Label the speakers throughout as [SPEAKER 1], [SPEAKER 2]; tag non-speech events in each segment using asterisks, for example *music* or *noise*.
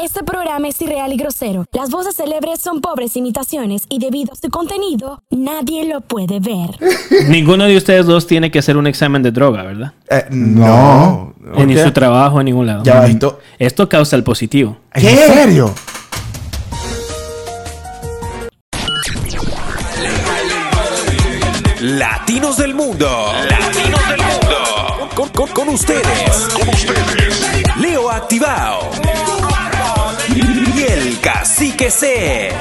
[SPEAKER 1] Este programa es irreal y grosero. Las voces célebres son pobres imitaciones y debido a su contenido, nadie lo puede ver.
[SPEAKER 2] Ninguno de ustedes dos tiene que hacer un examen de droga, ¿verdad?
[SPEAKER 3] Eh, no.
[SPEAKER 2] En ni su trabajo, en ningún lado.
[SPEAKER 3] Ya va, esto-
[SPEAKER 2] Esto causa el positivo.
[SPEAKER 3] ¿En serio?
[SPEAKER 4] Latinos del Mundo. Latinos del Mundo. Con, con- con ustedes. Leo Activado. Y el Cacique C.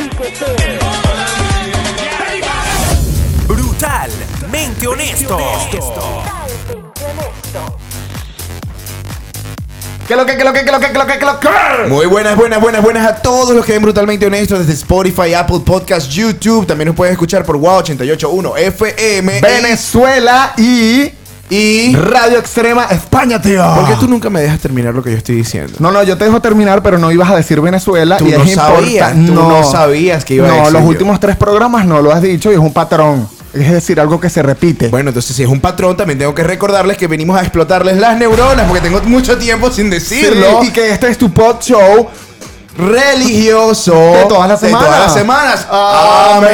[SPEAKER 4] Brutalmente honesto.
[SPEAKER 3] ¿Qué lo que, qué lo que, qué lo que, qué lo que, qué lo que? Muy buenas, buenas, buenas, buenas a todos los que ven Brutalmente Honestos desde Spotify, Apple Podcast, YouTube. También nos puedes escuchar por Wow 881 FM.
[SPEAKER 5] Venezuela y
[SPEAKER 3] Y.
[SPEAKER 5] Radio Extrema España, tío.
[SPEAKER 3] ¿Por qué tú nunca me dejas terminar lo que yo estoy diciendo?
[SPEAKER 5] No, no, yo te dejo terminar, pero no ibas a decir Venezuela.
[SPEAKER 3] Tú
[SPEAKER 5] y
[SPEAKER 3] no
[SPEAKER 5] es
[SPEAKER 3] sabías,
[SPEAKER 5] importa-
[SPEAKER 3] tú no sabías que iba a
[SPEAKER 5] No,
[SPEAKER 3] decir
[SPEAKER 5] los
[SPEAKER 3] yo.
[SPEAKER 5] últimos tres programas no lo has dicho y es un patrón. Es decir, algo que se repite.
[SPEAKER 3] Bueno, entonces si es un patrón, también tengo que recordarles que venimos a explotarles las neuronas porque tengo mucho tiempo sin
[SPEAKER 5] Sí,
[SPEAKER 3] decirlo.
[SPEAKER 5] Y que este es tu pod show.
[SPEAKER 3] religioso
[SPEAKER 5] De todas las
[SPEAKER 3] De todas las semanas.
[SPEAKER 5] semanas.
[SPEAKER 3] Amén.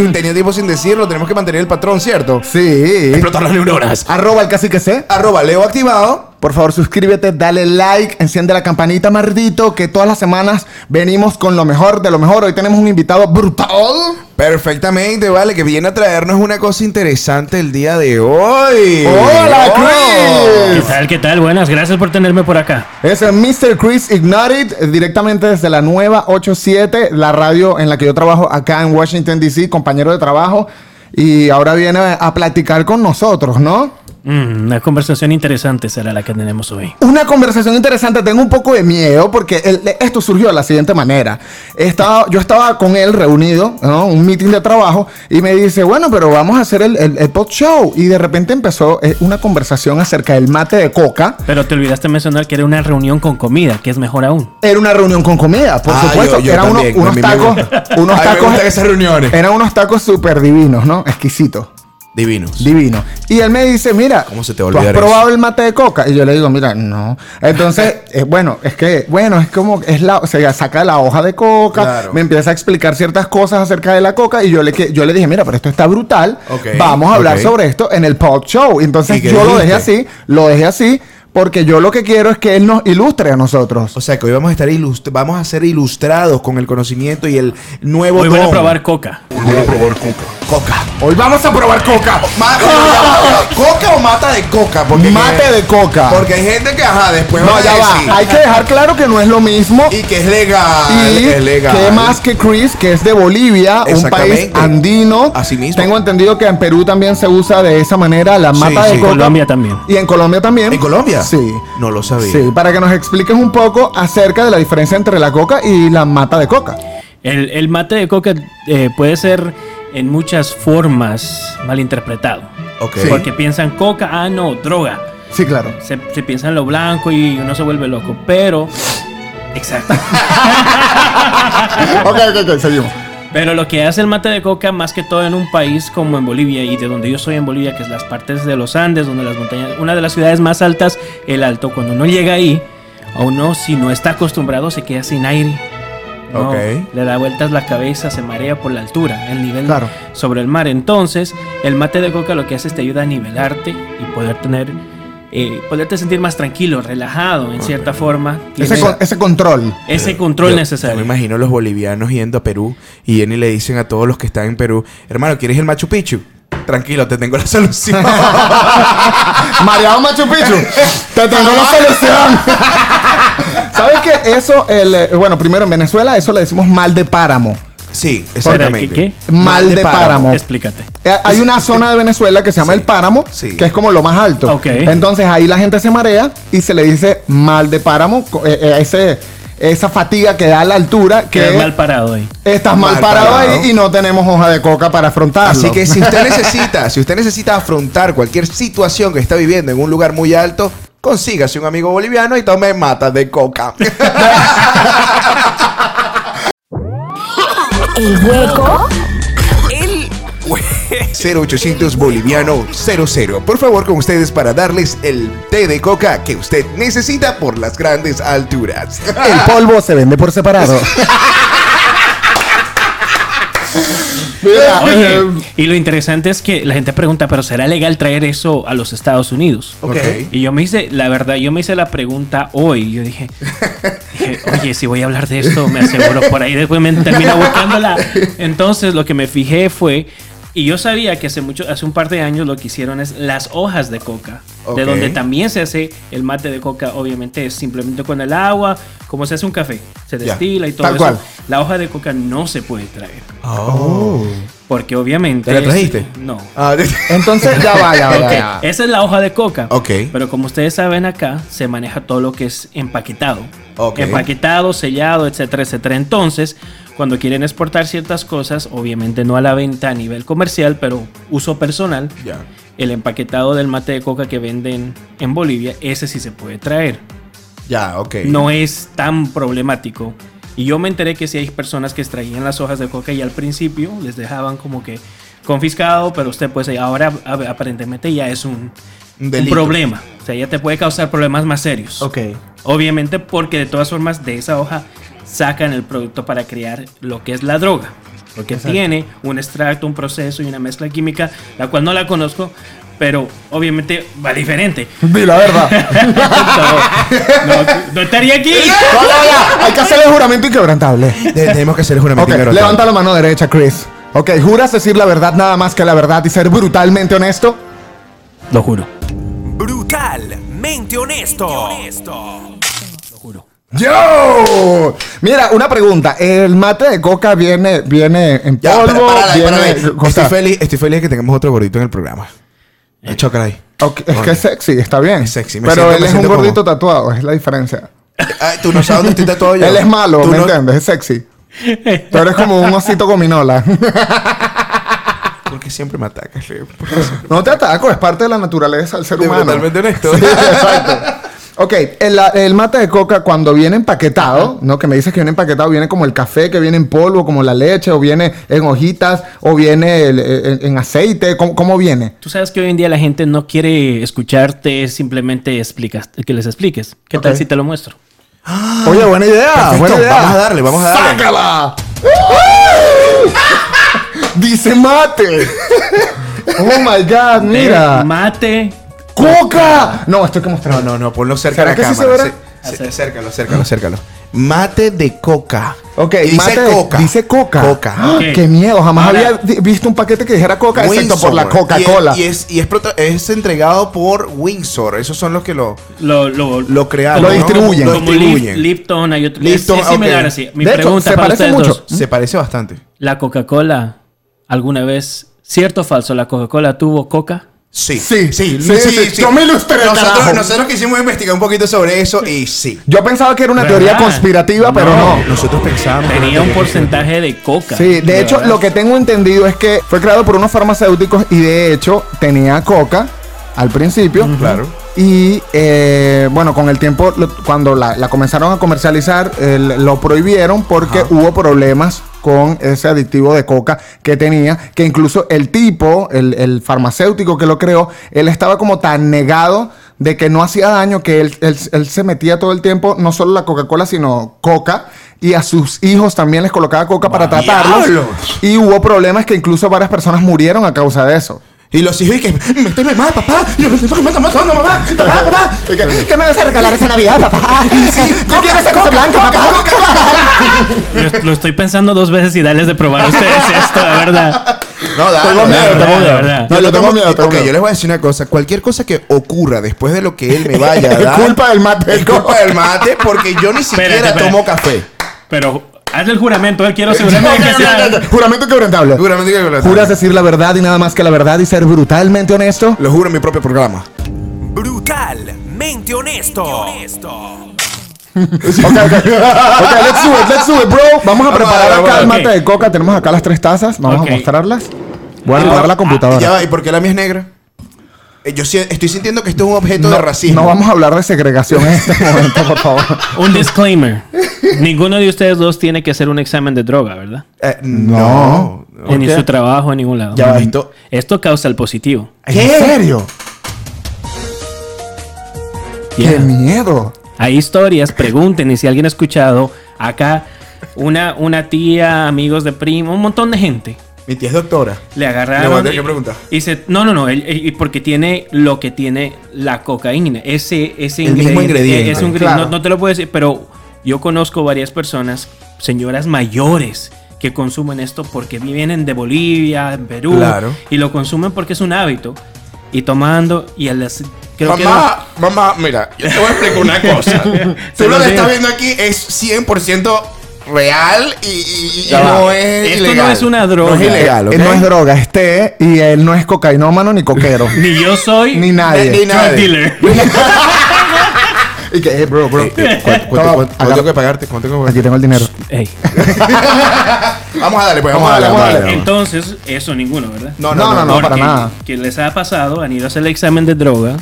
[SPEAKER 5] Amén.
[SPEAKER 3] Tenía tiempo sin decirlo, tenemos que mantener el patrón, ¿cierto?
[SPEAKER 5] Sí.
[SPEAKER 3] Explotar las neuronas.
[SPEAKER 5] Arroba el casi que sé.
[SPEAKER 3] Arroba Leo activado.
[SPEAKER 5] Por favor, suscríbete, dale like, enciende la campanita, mardito, que todas las semanas venimos con lo mejor de lo mejor. Hoy tenemos un invitado brutal.
[SPEAKER 3] Perfectamente, vale, que viene a traernos una cosa interesante el día de hoy.
[SPEAKER 5] ¡Hola,
[SPEAKER 3] Oh.
[SPEAKER 2] ¿Qué
[SPEAKER 5] Chris!
[SPEAKER 2] tal? ¿Qué tal? Buenas, gracias por tenerme por acá.
[SPEAKER 5] Es el Mr. Chris Ignited, directamente desde la nueva 87, la radio en la que yo trabajo acá en Washington, D.C., compañero de trabajo. Y ahora viene a platicar con nosotros, ¿no?
[SPEAKER 2] Mm, una conversación interesante será la que tenemos hoy.
[SPEAKER 5] Una conversación interesante, tengo un poco de miedo porque el- esto surgió de la siguiente manera. Estaba, yo estaba con él reunido, ¿no? un meeting de trabajo, y me dice, bueno, pero vamos a hacer el, el, el pod show. Y de repente empezó eh, una conversación acerca del mate de coca.
[SPEAKER 2] Pero te olvidaste mencionar que era una reunión con comida, que es mejor aún.
[SPEAKER 5] Era una reunión con comida, por
[SPEAKER 3] Ah,
[SPEAKER 5] supuesto.
[SPEAKER 3] yo- yo
[SPEAKER 5] eran uno-
[SPEAKER 3] también, a
[SPEAKER 5] unos,
[SPEAKER 3] mí me
[SPEAKER 5] tacos,
[SPEAKER 3] gusta. A
[SPEAKER 5] unos
[SPEAKER 3] mí me
[SPEAKER 5] tacos.
[SPEAKER 3] gustan esas reuniones.
[SPEAKER 5] Eran unos tacos súper divinos, ¿no? Exquisitos,
[SPEAKER 3] Divinos.
[SPEAKER 5] divinos. Y él me dice, mira,
[SPEAKER 3] ¿Cómo se te va a
[SPEAKER 5] ¿tú has
[SPEAKER 3] olvidar
[SPEAKER 5] probado el mate de coca? Y yo le digo, mira, no.
[SPEAKER 3] *laughs*
[SPEAKER 5] Entonces, eh, bueno, es que, bueno, es como, es la, o sea, saca la hoja de coca,
[SPEAKER 3] Claro.
[SPEAKER 5] me empieza a explicar ciertas cosas acerca de la coca y yo le, que- yo le dije, mira, pero esto está brutal,
[SPEAKER 3] Ok,
[SPEAKER 5] vamos a hablar
[SPEAKER 3] ok.
[SPEAKER 5] sobre esto en el pod show. Y Entonces
[SPEAKER 3] ¿Y qué
[SPEAKER 5] yo lo dejé
[SPEAKER 3] dijiste?
[SPEAKER 5] así, lo dejé así. Porque yo lo que quiero es que él nos ilustre a nosotros.
[SPEAKER 3] O sea que hoy vamos a estar ilust- vamos a ser ilustrados con el conocimiento y el nuevo
[SPEAKER 2] Hoy van a
[SPEAKER 3] don.
[SPEAKER 2] probar coca.
[SPEAKER 3] coca.
[SPEAKER 5] Hoy vamos a probar coca. *laughs*
[SPEAKER 3] Ma- ¿Coca o mata de coca? Porque
[SPEAKER 5] Mate de coca.
[SPEAKER 3] Porque hay gente que, ajá, después
[SPEAKER 5] no,
[SPEAKER 3] van a
[SPEAKER 5] ya
[SPEAKER 3] decir-
[SPEAKER 5] va. Hay que dejar claro que no es lo mismo.
[SPEAKER 3] Y que es legal.
[SPEAKER 5] Y
[SPEAKER 3] es legal.
[SPEAKER 5] que más que Chris, que es de Bolivia, un país
[SPEAKER 3] Exactamente.
[SPEAKER 5] andino.
[SPEAKER 3] Así mismo.
[SPEAKER 5] Tengo entendido que en Perú también se usa de esa manera la mata de
[SPEAKER 3] sí.
[SPEAKER 5] coca.
[SPEAKER 2] Colombia también.
[SPEAKER 5] Y en Colombia también.
[SPEAKER 3] ¿En Colombia?
[SPEAKER 5] Sí.
[SPEAKER 3] No lo sabía.
[SPEAKER 5] Sí, para que nos expliques un poco acerca de la diferencia entre la coca y la mata de coca.
[SPEAKER 2] El, el mate de coca eh, puede ser en muchas formas malinterpretado.
[SPEAKER 3] Ok.
[SPEAKER 2] Porque piensan coca, ah, no, droga.
[SPEAKER 5] Sí, claro.
[SPEAKER 2] Se, se piensa en lo blanco y uno se vuelve loco, pero... Exacto.
[SPEAKER 5] ok, ok, ok, seguimos.
[SPEAKER 2] Pero lo que hace el mate de coca, más que todo en un país como en Bolivia y de donde yo soy en Bolivia, que es las partes de los Andes, donde las montañas, una de las ciudades más altas, el Alto, cuando uno llega ahí, a uno si no está acostumbrado se queda sin aire. No,
[SPEAKER 3] Ok.
[SPEAKER 2] Le da vueltas la cabeza, se marea por la altura, el nivel
[SPEAKER 5] Claro.
[SPEAKER 2] sobre el mar. Entonces, el mate de coca lo que hace es te ayuda a nivelarte y poder tener, eh, poderte sentir más tranquilo, relajado, en cierta forma.
[SPEAKER 5] Ese,
[SPEAKER 2] Tienes
[SPEAKER 5] con- ese control.
[SPEAKER 2] ese control
[SPEAKER 3] Yo- yo
[SPEAKER 2] necesario.
[SPEAKER 3] Me imagino los bolivianos yendo a Perú y vienen y le dicen a todos los que están en Perú, hermano, ¿quieres el Machu Picchu? Tranquilo, te tengo la *laughs* solución.
[SPEAKER 5] *laughs* Mareado Machu Picchu, te tengo la solución. *laughs* ¿Sabes qué? Eso, el, eh, bueno, primero en Venezuela, eso le decimos mal de páramo.
[SPEAKER 3] sí,
[SPEAKER 2] Espera,
[SPEAKER 3] exactamente.
[SPEAKER 2] ¿qué-
[SPEAKER 5] Mal de páramo.
[SPEAKER 2] Explícate.
[SPEAKER 5] Eh, Hay una zona de Venezuela que se llama
[SPEAKER 3] Sí.
[SPEAKER 5] el páramo,
[SPEAKER 3] Sí.
[SPEAKER 5] que es como lo más alto.
[SPEAKER 2] Ok.
[SPEAKER 5] Entonces ahí la gente se marea y se le dice mal de páramo, co- eh, eh, ese, esa fatiga que da la altura que
[SPEAKER 2] Quedé mal parado ahí.
[SPEAKER 5] estás mal,
[SPEAKER 3] Mal
[SPEAKER 5] parado,
[SPEAKER 3] parado.
[SPEAKER 5] ahí y no tenemos hoja de coca para afrontarlo.
[SPEAKER 3] Así que si usted necesita, si usted necesita afrontar cualquier situación que está viviendo en un lugar muy alto, consígase un amigo boliviano y tome mata de coca.
[SPEAKER 1] El hueco
[SPEAKER 4] El hue-
[SPEAKER 3] 0800 boliviano 00. Por favor, con ustedes para darles el té de coca que usted necesita por las grandes alturas.
[SPEAKER 5] El *laughs* polvo se vende por separado. Mira,
[SPEAKER 2] Oye,
[SPEAKER 5] eh,
[SPEAKER 2] y lo interesante es que la gente pregunta, pero ¿será legal traer eso a los Estados Unidos?
[SPEAKER 5] Ok.
[SPEAKER 2] Y yo me hice, la verdad, yo me hice la pregunta hoy. Yo dije, dije, oye, si voy a hablar de esto, me aseguro por ahí. Después me termina buscándola. Entonces, lo que me fijé fue, y yo sabía que hace mucho, hace un par de años lo que hicieron es las hojas de coca,
[SPEAKER 3] Ok.
[SPEAKER 2] de donde también se hace el mate de coca. Obviamente es simplemente con el agua, como se hace un café, se
[SPEAKER 3] Ya,
[SPEAKER 2] destila y todo
[SPEAKER 5] tal
[SPEAKER 2] eso.
[SPEAKER 5] cual.
[SPEAKER 2] La hoja de coca no se puede traer.
[SPEAKER 5] Oh.
[SPEAKER 2] Porque obviamente.
[SPEAKER 3] ¿Te la trajiste?
[SPEAKER 2] No.
[SPEAKER 3] Ah, *laughs*
[SPEAKER 5] Entonces, ya va, ya va, ya
[SPEAKER 2] Ok,
[SPEAKER 5] va.
[SPEAKER 2] Esa es la hoja de coca.
[SPEAKER 3] Ok.
[SPEAKER 2] Pero como ustedes saben acá, se maneja todo lo que es empaquetado.
[SPEAKER 3] Ok.
[SPEAKER 2] Empaquetado, sellado, etcétera, etcétera. Entonces, cuando quieren exportar ciertas cosas, obviamente no a la venta a nivel comercial, pero uso personal,
[SPEAKER 3] ya.
[SPEAKER 2] el empaquetado del mate de coca que venden en Bolivia, ese sí se puede traer.
[SPEAKER 3] Ya, ok.
[SPEAKER 2] No es tan problemático. Y yo me enteré que si hay personas que extraían las hojas de coca y al principio les dejaban como que confiscado, pero usted pues ahora a- aparentemente ya es un,
[SPEAKER 3] Un
[SPEAKER 2] un
[SPEAKER 3] delito.
[SPEAKER 2] problema. O sea, ya te puede causar problemas más serios.
[SPEAKER 5] Ok.
[SPEAKER 2] Obviamente porque de todas formas de esa hoja sacan el producto para crear lo que es la droga. Lo que tiene un extracto, un proceso y una mezcla química, la cual no la conozco, pero obviamente va diferente. *laughs*
[SPEAKER 5] Di la verdad.
[SPEAKER 2] no, no- no estaría aquí.
[SPEAKER 5] *laughs* No, no, no, Hay que hacer el juramento inquebrantable.
[SPEAKER 3] Te- Tenemos que hacer una
[SPEAKER 5] Ok,
[SPEAKER 3] mentira.
[SPEAKER 5] levanta la mano derecha, Chris. Ok, ¿juras decir la verdad nada más que la verdad y ser brutalmente honesto?
[SPEAKER 2] Lo juro.
[SPEAKER 4] Brutalmente honesto.
[SPEAKER 5] ¡Yo! Mira, una pregunta. El mate de coca viene, viene en
[SPEAKER 3] Ya,
[SPEAKER 5] polvo,
[SPEAKER 3] para- para- para-
[SPEAKER 5] viene...
[SPEAKER 3] para-
[SPEAKER 5] o sea,
[SPEAKER 3] Estoy feliz, estoy feliz de que tengamos otro gordito en el programa. Chócala ahí.
[SPEAKER 5] Eh. ok, es que es sexy, está bien.
[SPEAKER 3] Es sexy, me
[SPEAKER 5] Pero
[SPEAKER 3] siento-
[SPEAKER 5] él
[SPEAKER 3] me
[SPEAKER 5] es un
[SPEAKER 3] siento
[SPEAKER 5] gordito tatuado, es la diferencia.
[SPEAKER 3] Ay, Ah, tú no sabes dónde estoy tatuado yo.
[SPEAKER 5] *laughs* Él es malo,
[SPEAKER 3] Tú
[SPEAKER 5] ¿me
[SPEAKER 3] no-
[SPEAKER 5] entiendes? Es sexy. Pero eres como un osito gominola.
[SPEAKER 3] Porque siempre me atacas. Leo?
[SPEAKER 5] *laughs* No te ataco, es parte de la naturaleza del ser
[SPEAKER 3] De-
[SPEAKER 5] humano.
[SPEAKER 3] Totalmente honesto.
[SPEAKER 5] *laughs* Sí, exacto. Ok, el, el mate de coca cuando viene empaquetado, ¿no? Que me dices que viene empaquetado, viene como el café, que viene en polvo, como la leche, o viene en hojitas, o viene el- en, en aceite, ¿cómo, cómo viene?
[SPEAKER 2] Tú sabes que hoy en día la gente no quiere escucharte, simplemente explicas, que les expliques. ¿Qué
[SPEAKER 5] Ok.
[SPEAKER 2] tal si te lo muestro?
[SPEAKER 5] Oye, buena idea,
[SPEAKER 3] Perfecto,
[SPEAKER 5] buena idea.
[SPEAKER 3] vamos a darle, vamos a darle.
[SPEAKER 5] ¡Sácala! *laughs* Dice mate. Oh my
[SPEAKER 2] Té,
[SPEAKER 5] god, mira.
[SPEAKER 2] Mate.
[SPEAKER 5] ¡Coca! No, estoy que mostrar.
[SPEAKER 3] No, no, no, ponlo cerca
[SPEAKER 5] ¿Será
[SPEAKER 3] de la
[SPEAKER 5] que sí se
[SPEAKER 3] cámara.
[SPEAKER 5] verá?
[SPEAKER 3] se- se- acércalo, acércalo, acércalo. Mate de coca.
[SPEAKER 5] Ok,
[SPEAKER 3] Y dice
[SPEAKER 5] mate,
[SPEAKER 3] coca.
[SPEAKER 5] Dice coca.
[SPEAKER 3] Coca.
[SPEAKER 5] ¡Ah,
[SPEAKER 2] Ok.
[SPEAKER 5] Qué miedo, jamás
[SPEAKER 2] Ahora-
[SPEAKER 5] había di- visto un paquete que dijera *gasps* coca, excepto por la
[SPEAKER 3] Windsor.
[SPEAKER 5] Coca-Cola.
[SPEAKER 3] Y, es, y es, prota- es entregado por Windsor. Esos son los que lo.
[SPEAKER 2] Lo, lo,
[SPEAKER 3] Lo crearon,
[SPEAKER 5] Lo distribuyen.
[SPEAKER 2] Como,
[SPEAKER 3] Lo distribuyen.
[SPEAKER 2] Lip- Lipton, hay otro.
[SPEAKER 3] Lipton,
[SPEAKER 2] es, es similar
[SPEAKER 3] ok.
[SPEAKER 2] así. Mi
[SPEAKER 5] De hecho,
[SPEAKER 2] pregunta
[SPEAKER 5] se
[SPEAKER 2] para
[SPEAKER 5] parece
[SPEAKER 2] ustedes
[SPEAKER 5] mucho.
[SPEAKER 2] dos.
[SPEAKER 3] Se parece bastante.
[SPEAKER 2] ¿La Coca-Cola alguna vez, cierto o falso, la Coca-Cola tuvo coca?
[SPEAKER 3] Sí.
[SPEAKER 5] Sí, sí, sí. Yo me ilustré, carajo.
[SPEAKER 3] Nosotros, nosotros quisimos investigar un poquito sobre eso y sí.
[SPEAKER 5] Yo pensaba que era una
[SPEAKER 2] ¿Verdad?
[SPEAKER 5] teoría conspirativa, pero no.
[SPEAKER 2] No.
[SPEAKER 3] Nosotros pensábamos. que
[SPEAKER 2] Tenía
[SPEAKER 3] no
[SPEAKER 2] un
[SPEAKER 3] tenía-
[SPEAKER 2] porcentaje de coca.
[SPEAKER 5] Sí, de hecho, lo que tengo entendido es que fue creado por unos farmacéuticos y de hecho tenía coca al principio.
[SPEAKER 3] Claro.
[SPEAKER 5] Y eh, bueno, con el tiempo, lo- cuando la, la comenzaron a comercializar, eh, lo prohibieron porque hubo problemas con ese adictivo de coca que tenía, que incluso el tipo, el, el farmacéutico que lo creó, él estaba como tan negado de que no hacía daño, que él, él- él se metía todo el tiempo, no solo la Coca-Cola, sino coca, y a sus hijos también les colocaba coca para tratarlos.
[SPEAKER 3] ¡Diablos!
[SPEAKER 5] Y hubo problemas que incluso varias personas murieron a causa de eso.
[SPEAKER 3] Y los hijos y que méteme más, papá. Yo me estoy matando, matando, mamá. Papá, papá. Y que,
[SPEAKER 5] ¿Qué me vas a regalar esa Navidad, papá? ¿Qué quieres esa cosa blanca, papá?
[SPEAKER 2] Lo, lo estoy pensando dos veces y darles de probar a ustedes esto, la verdad.
[SPEAKER 3] No, dale,
[SPEAKER 5] Tengo miedo,
[SPEAKER 3] dale.
[SPEAKER 5] tengo
[SPEAKER 2] la
[SPEAKER 5] miedo.
[SPEAKER 2] verdad.
[SPEAKER 5] No, yo tengo miedo, tengo
[SPEAKER 3] ok,
[SPEAKER 5] miedo.
[SPEAKER 3] yo les voy a decir una cosa. Cualquier cosa que ocurra después de lo que él me
[SPEAKER 5] *laughs*
[SPEAKER 3] vaya a
[SPEAKER 5] Es
[SPEAKER 3] dar.
[SPEAKER 5] culpa del mate
[SPEAKER 3] Es
[SPEAKER 5] del
[SPEAKER 3] culpa
[SPEAKER 5] coca.
[SPEAKER 3] del *laughs* mate porque yo ni siquiera
[SPEAKER 2] espérate.
[SPEAKER 3] tomo café.
[SPEAKER 2] Pero hazle el juramento, él quiero asegurarme
[SPEAKER 5] *laughs*
[SPEAKER 2] de que sea.
[SPEAKER 5] Juramento quebrantable.
[SPEAKER 3] Seguramente que lo
[SPEAKER 5] ¿Juras decir la verdad y nada más que la verdad y ser brutalmente honesto?
[SPEAKER 3] Lo juro en mi propio programa.
[SPEAKER 4] Brutalmente honesto.
[SPEAKER 5] Ok, ok. Ok, let's do it, let's do it, bro. Vamos a preparar
[SPEAKER 3] vamos,
[SPEAKER 5] acá el
[SPEAKER 2] ok.
[SPEAKER 5] mate de coca. Tenemos acá las tres tazas. Vamos
[SPEAKER 2] Ok.
[SPEAKER 5] a mostrarlas. Voy a apagar la
[SPEAKER 3] Ya
[SPEAKER 5] computadora.
[SPEAKER 3] va, ¿y por qué la mía es negra? Eh, Yo si- estoy sintiendo que esto es un objeto de racismo.
[SPEAKER 5] No vamos a hablar de segregación en este momento,
[SPEAKER 3] *laughs*
[SPEAKER 5] por favor.
[SPEAKER 2] Un disclaimer. Ninguno de ustedes dos tiene que hacer un examen de droga, ¿verdad?
[SPEAKER 3] Eh,
[SPEAKER 5] No.
[SPEAKER 3] no.
[SPEAKER 2] en
[SPEAKER 5] qué?
[SPEAKER 2] su trabajo, en ningún lado.
[SPEAKER 3] Ya va,
[SPEAKER 2] Ujú.
[SPEAKER 3] esto-
[SPEAKER 2] Esto causa el positivo.
[SPEAKER 5] ¿En serio? ¡Qué
[SPEAKER 2] Yeah.
[SPEAKER 5] miedo!
[SPEAKER 2] Hay historias, pregunten, y si alguien ha escuchado, acá una, una tía, amigos de primo, un montón de gente.
[SPEAKER 3] Mi tía es doctora.
[SPEAKER 2] Le
[SPEAKER 3] Le voy a
[SPEAKER 2] agarraron.
[SPEAKER 3] tener
[SPEAKER 2] y-
[SPEAKER 3] que preguntar.
[SPEAKER 2] y se- no, no, no. él- él- porque tiene lo que tiene la cocaína. Ese, ese
[SPEAKER 3] El mismo ingrediente,
[SPEAKER 2] es un ingre-
[SPEAKER 5] claro.
[SPEAKER 2] no, no te lo puedo decir, pero yo conozco varias personas, señoras mayores, que consumen esto porque vienen de Bolivia, Perú.
[SPEAKER 3] Claro.
[SPEAKER 2] Y lo consumen porque es un hábito. Y tomando, y a las. Creo que no-
[SPEAKER 6] Mamá, mamá, mira, yo te voy a explicar una
[SPEAKER 2] *laughs*
[SPEAKER 6] cosa. Tú
[SPEAKER 2] Se
[SPEAKER 6] lo
[SPEAKER 2] lo
[SPEAKER 6] que
[SPEAKER 2] digo.
[SPEAKER 6] estás viendo aquí es 100% real y, y- y
[SPEAKER 3] Ya va.
[SPEAKER 6] no es
[SPEAKER 2] Esto
[SPEAKER 6] ilegal.
[SPEAKER 2] no es una droga.
[SPEAKER 3] No es ilegal.
[SPEAKER 5] Él Eh, no es droga, es té y él no es cocainómano ni
[SPEAKER 3] *laughs*
[SPEAKER 5] coquero.
[SPEAKER 2] Ni yo soy.
[SPEAKER 5] ni nadie.
[SPEAKER 6] Ni
[SPEAKER 2] drug
[SPEAKER 6] nadie.
[SPEAKER 2] dealer.
[SPEAKER 5] Y que, eh, bro, bro.
[SPEAKER 3] ¿Cuánto, cuánto- cuánto- cuánto tengo que pagarte? ¿Cuánto tengo que
[SPEAKER 5] Aquí
[SPEAKER 3] pagarte?
[SPEAKER 5] tengo el dinero.
[SPEAKER 2] *laughs* Ey.
[SPEAKER 3] Vamos a darle, pues, vamos, a darle.
[SPEAKER 5] Vamos
[SPEAKER 3] Vamos
[SPEAKER 5] a
[SPEAKER 3] a
[SPEAKER 5] darle.
[SPEAKER 3] darle.
[SPEAKER 2] Entonces, eso ninguno, ¿verdad?
[SPEAKER 5] No, no, no,
[SPEAKER 2] Porque
[SPEAKER 5] para nada.
[SPEAKER 2] Quien les ha pasado, han ido a hacer el examen de droga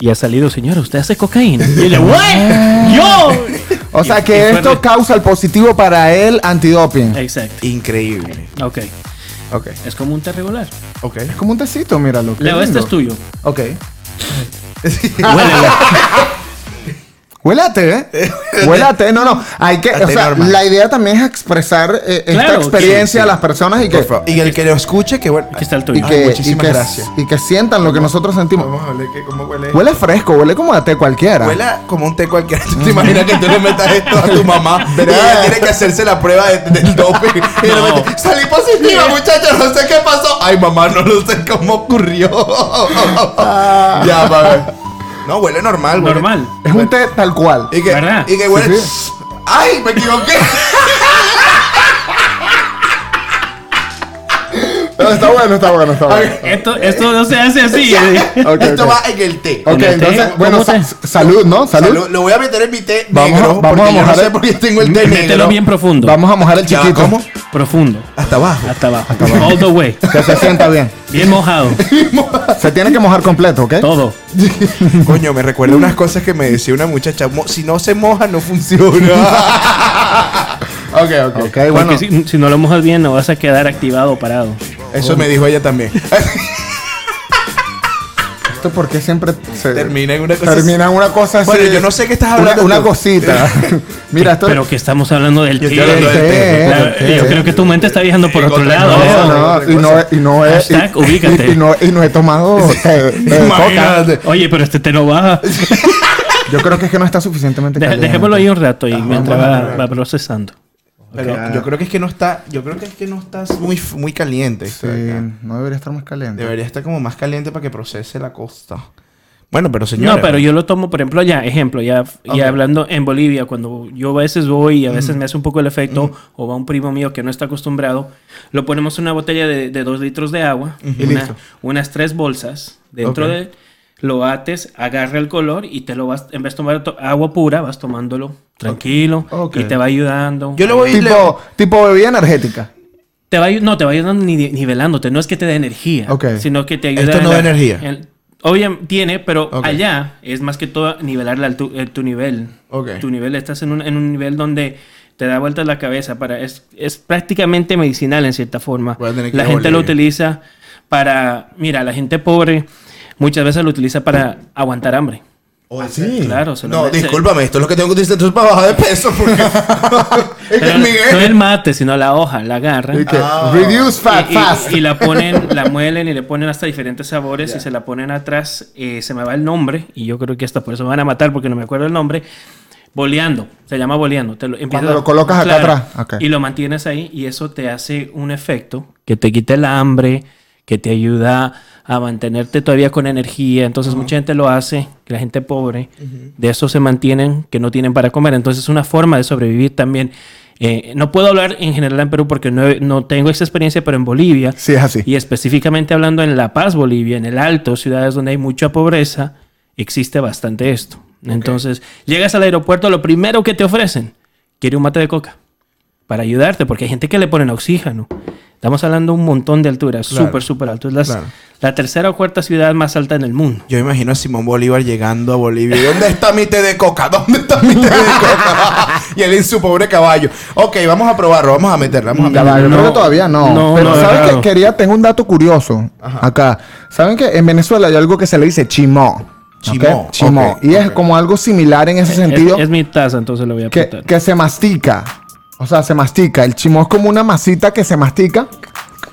[SPEAKER 2] y ha salido, señora, usted hace cocaína. Y le, "¿What?
[SPEAKER 5] Ah.
[SPEAKER 2] ¡Yo!
[SPEAKER 5] O sea
[SPEAKER 2] Y- y
[SPEAKER 5] que
[SPEAKER 2] fue
[SPEAKER 5] esto
[SPEAKER 2] re-
[SPEAKER 5] causa el positivo para él antidoping.
[SPEAKER 2] Exacto.
[SPEAKER 3] Increíble.
[SPEAKER 2] Ok.
[SPEAKER 3] Ok,
[SPEAKER 2] Es como un té regular.
[SPEAKER 3] ok.
[SPEAKER 5] Es como un tecito, míralo. qué
[SPEAKER 2] Leo, este
[SPEAKER 5] lindo. Ah.
[SPEAKER 2] es tuyo.
[SPEAKER 5] Ok.
[SPEAKER 2] Huélelo.
[SPEAKER 5] Huélate,
[SPEAKER 3] *laughs*
[SPEAKER 5] ¿eh? Huélate, no, no. Hay que, o
[SPEAKER 3] Date
[SPEAKER 5] sea,
[SPEAKER 3] normal.
[SPEAKER 5] la idea también es expresar eh, esta
[SPEAKER 2] Claro, sí, sí.
[SPEAKER 5] experiencia a las personas y que,
[SPEAKER 3] Por favor. Y el que lo escuche, que bueno.
[SPEAKER 2] Aquí está el
[SPEAKER 5] y
[SPEAKER 2] tuyo.
[SPEAKER 3] Ay,
[SPEAKER 5] que, y
[SPEAKER 3] muchísimas
[SPEAKER 5] que,
[SPEAKER 3] gracias.
[SPEAKER 5] y que sientan lo que nosotros sentimos.
[SPEAKER 3] Vamos a ver que cómo huele.
[SPEAKER 5] Huele fresco, huele como a té cualquiera.
[SPEAKER 3] Huela como un té cualquiera. *laughs* ¿Tú te imaginas que tú le metas esto a tu mamá? Pero ella tiene que hacerse la prueba de- del doping. Y de
[SPEAKER 2] No.
[SPEAKER 3] repente, salí positiva, muchachos. No sé qué pasó. Ay, mamá, no lo sé cómo ocurrió.
[SPEAKER 5] Ah.
[SPEAKER 3] ya, va a ver. No, huele normal, huele-
[SPEAKER 2] Normal.
[SPEAKER 5] Es un té tal cual.
[SPEAKER 3] Y que,
[SPEAKER 2] ¿Verdad?
[SPEAKER 3] y que huele.
[SPEAKER 5] Sí,
[SPEAKER 3] ¡Ay, me equivoqué!
[SPEAKER 5] No, está bueno, está bueno, está bueno.
[SPEAKER 2] Esto, esto no se hace así. ¿eh?
[SPEAKER 5] Ok,
[SPEAKER 3] esto
[SPEAKER 5] ok.
[SPEAKER 3] va en el té.
[SPEAKER 5] Ok,
[SPEAKER 2] ¿En el té?
[SPEAKER 5] entonces,
[SPEAKER 2] ¿Cómo
[SPEAKER 5] bueno,
[SPEAKER 2] te-
[SPEAKER 5] sa- salud, ¿no? Salud.
[SPEAKER 3] Salud, Lo voy a meter en mi té
[SPEAKER 5] Vamos a-
[SPEAKER 3] negro.
[SPEAKER 5] vamos
[SPEAKER 3] porque
[SPEAKER 5] a
[SPEAKER 3] yo no
[SPEAKER 5] mojar
[SPEAKER 3] sé
[SPEAKER 5] el-
[SPEAKER 3] por qué tengo el té negro.
[SPEAKER 2] Mételo bien profundo.
[SPEAKER 5] Vamos a mojar el
[SPEAKER 3] Ya,
[SPEAKER 5] chiquito.
[SPEAKER 3] ¿cómo?
[SPEAKER 2] Profundo.
[SPEAKER 3] Hasta abajo.
[SPEAKER 2] Hasta abajo. All the way.
[SPEAKER 5] Que se sienta bien.
[SPEAKER 2] Bien mojado.
[SPEAKER 5] Se tiene que mojar completo, ¿ok? *laughs*
[SPEAKER 2] Todo.
[SPEAKER 3] Coño, me recuerda unas cosas que me decía una muchacha. "Mo- Si no se moja, no *laughs* funciona.
[SPEAKER 5] Ok, ok. Ok, bueno.
[SPEAKER 2] Porque si, si no lo mojas bien, no vas a quedar activado o parado.
[SPEAKER 3] Eso me dijo ella también.
[SPEAKER 5] ¿Esto por qué siempre se
[SPEAKER 3] Termina en una cosa
[SPEAKER 5] termina en una cosa
[SPEAKER 3] Bueno, yo no sé qué estás hablando
[SPEAKER 5] Una, una
[SPEAKER 3] tú.
[SPEAKER 5] cosita.
[SPEAKER 3] *laughs*
[SPEAKER 5] Mira, esto.
[SPEAKER 2] Pero que estamos hablando del
[SPEAKER 3] estoy
[SPEAKER 2] té.
[SPEAKER 3] hablando del té,
[SPEAKER 2] La-
[SPEAKER 5] del té.
[SPEAKER 2] Yo creo que tu mente está viajando por otro
[SPEAKER 3] Otra
[SPEAKER 2] lado.
[SPEAKER 5] no,
[SPEAKER 2] Leo.
[SPEAKER 5] no,
[SPEAKER 3] otra
[SPEAKER 5] y no,
[SPEAKER 3] cosa.
[SPEAKER 5] he- y no he.
[SPEAKER 2] Hashtag,
[SPEAKER 5] y-
[SPEAKER 2] ubícate.
[SPEAKER 5] Y, no, y no he
[SPEAKER 2] *laughs*
[SPEAKER 5] tomado té eh, de coca.
[SPEAKER 3] Imagínate.
[SPEAKER 2] Oye, pero este te lo baja.
[SPEAKER 5] Yo creo que es que no
[SPEAKER 2] *laughs*
[SPEAKER 5] está suficientemente
[SPEAKER 2] Deja-
[SPEAKER 5] caliente.
[SPEAKER 2] dejémoslo ahí un rato y mientras va, va procesando.
[SPEAKER 3] Pero yo creo que es que no está, yo creo que es que no estás muy, f- muy caliente.
[SPEAKER 5] Sí, no debería estar más caliente.
[SPEAKER 3] Debería estar como más caliente para que procese la costa. Bueno, pero señor.
[SPEAKER 2] No, pero yo lo tomo, por ejemplo, ya, ejemplo, ya, ya hablando en Bolivia, cuando yo a veces voy y a veces me hace un poco el efecto, o va un primo mío que no está acostumbrado, lo ponemos en una botella de, de dos litros de agua, una- unas tres bolsas dentro
[SPEAKER 3] Ok.
[SPEAKER 2] de lo ates, agarra el color y te lo vas, en vez de tomar to- agua pura, vas tomándolo tranquilo
[SPEAKER 5] Ok.
[SPEAKER 2] y te va ayudando.
[SPEAKER 3] Yo lo voy y le-
[SPEAKER 5] Tipo, tipo bebida energética.
[SPEAKER 2] Te va, ayu- no, te va ayudando ni- nivelándote. No es que te dé energía,
[SPEAKER 5] Ok.
[SPEAKER 2] sino que te ayuda.
[SPEAKER 3] Esto
[SPEAKER 2] en
[SPEAKER 3] no
[SPEAKER 2] la-
[SPEAKER 3] da energía.
[SPEAKER 2] en- obviamente tiene, pero
[SPEAKER 3] Ok.
[SPEAKER 2] allá es más que todo nivelar la- tu, eh, tu nivel.
[SPEAKER 3] Ok.
[SPEAKER 2] Tu nivel, estás en un, en un nivel donde te da vueltas la cabeza. para Es, es prácticamente medicinal en cierta forma.
[SPEAKER 3] Voy a tener que
[SPEAKER 2] La
[SPEAKER 3] ir a
[SPEAKER 2] gente lo
[SPEAKER 3] Bolivia.
[SPEAKER 2] utiliza para. Mira, la gente pobre muchas veces lo utiliza para aguantar hambre.
[SPEAKER 3] Oh, sí.
[SPEAKER 2] Claro, se lo
[SPEAKER 3] No,
[SPEAKER 2] mete.
[SPEAKER 3] discúlpame, esto es lo que tengo que utilizar entonces para bajar de peso porque es que
[SPEAKER 2] Pero
[SPEAKER 3] Miguel.
[SPEAKER 2] no el mate, sino la hoja, la agarra.
[SPEAKER 5] Y que,
[SPEAKER 3] Ah.
[SPEAKER 5] Reduce fat,
[SPEAKER 2] y, y-
[SPEAKER 5] fast.
[SPEAKER 2] y la ponen, la muelen y le ponen hasta diferentes sabores y se la ponen atrás. eh, se me va el nombre y yo creo que hasta por eso me van a matar porque no me acuerdo el nombre. Boleando, se llama boleando. Te lo, empiezas-
[SPEAKER 5] Cuando lo colocas acá atrás, ok.
[SPEAKER 2] Y lo mantienes ahí y eso te hace un efecto que te quita el hambre, que te ayuda a mantenerte todavía con energía. Entonces mucha gente lo hace, que la gente pobre, de eso se mantienen, que no tienen para comer. Entonces es una forma de sobrevivir también. Eh, no puedo hablar en general en Perú porque no, he- no tengo esa experiencia, pero en Bolivia
[SPEAKER 5] Sí, es así.
[SPEAKER 2] y específicamente hablando en La Paz, Bolivia, en el Alto, ciudades donde hay mucha pobreza, existe bastante esto. Entonces, llegas al aeropuerto, lo primero que te ofrecen, quiere un mate de coca para ayudarte, porque hay gente que le ponen oxígeno. Estamos hablando un montón de alturas,
[SPEAKER 7] Claro.
[SPEAKER 2] súper, súper alto. Es las-
[SPEAKER 7] Claro.
[SPEAKER 2] la tercera o cuarta ciudad más alta en el mundo.
[SPEAKER 3] *laughs* Yo imagino a Simón Bolívar llegando a Bolivia. ¿Y ¿Dónde está mi té de coca? ¿Dónde está mi té de coca? *laughs* y él en su pobre caballo. Ok, vamos a probarlo, vamos a meterlo. Vamos a
[SPEAKER 5] Ya va, yo
[SPEAKER 2] No,
[SPEAKER 5] creo que todavía no.
[SPEAKER 2] no,
[SPEAKER 5] pero
[SPEAKER 2] no,
[SPEAKER 5] ¿saben
[SPEAKER 2] claro.
[SPEAKER 5] que quería? Tengo un dato curioso acá. ¿Saben que en Venezuela hay algo que se le dice chimó?
[SPEAKER 3] Chimó,
[SPEAKER 5] ¿Ok? Chimó.
[SPEAKER 3] ok,
[SPEAKER 5] y es
[SPEAKER 3] ok.
[SPEAKER 5] como algo similar en ese sentido
[SPEAKER 2] Es, es mi taza, entonces lo voy a
[SPEAKER 5] que,
[SPEAKER 2] apuntar.
[SPEAKER 5] que se mastica. O sea, se mastica. El chimó es como una masita que se mastica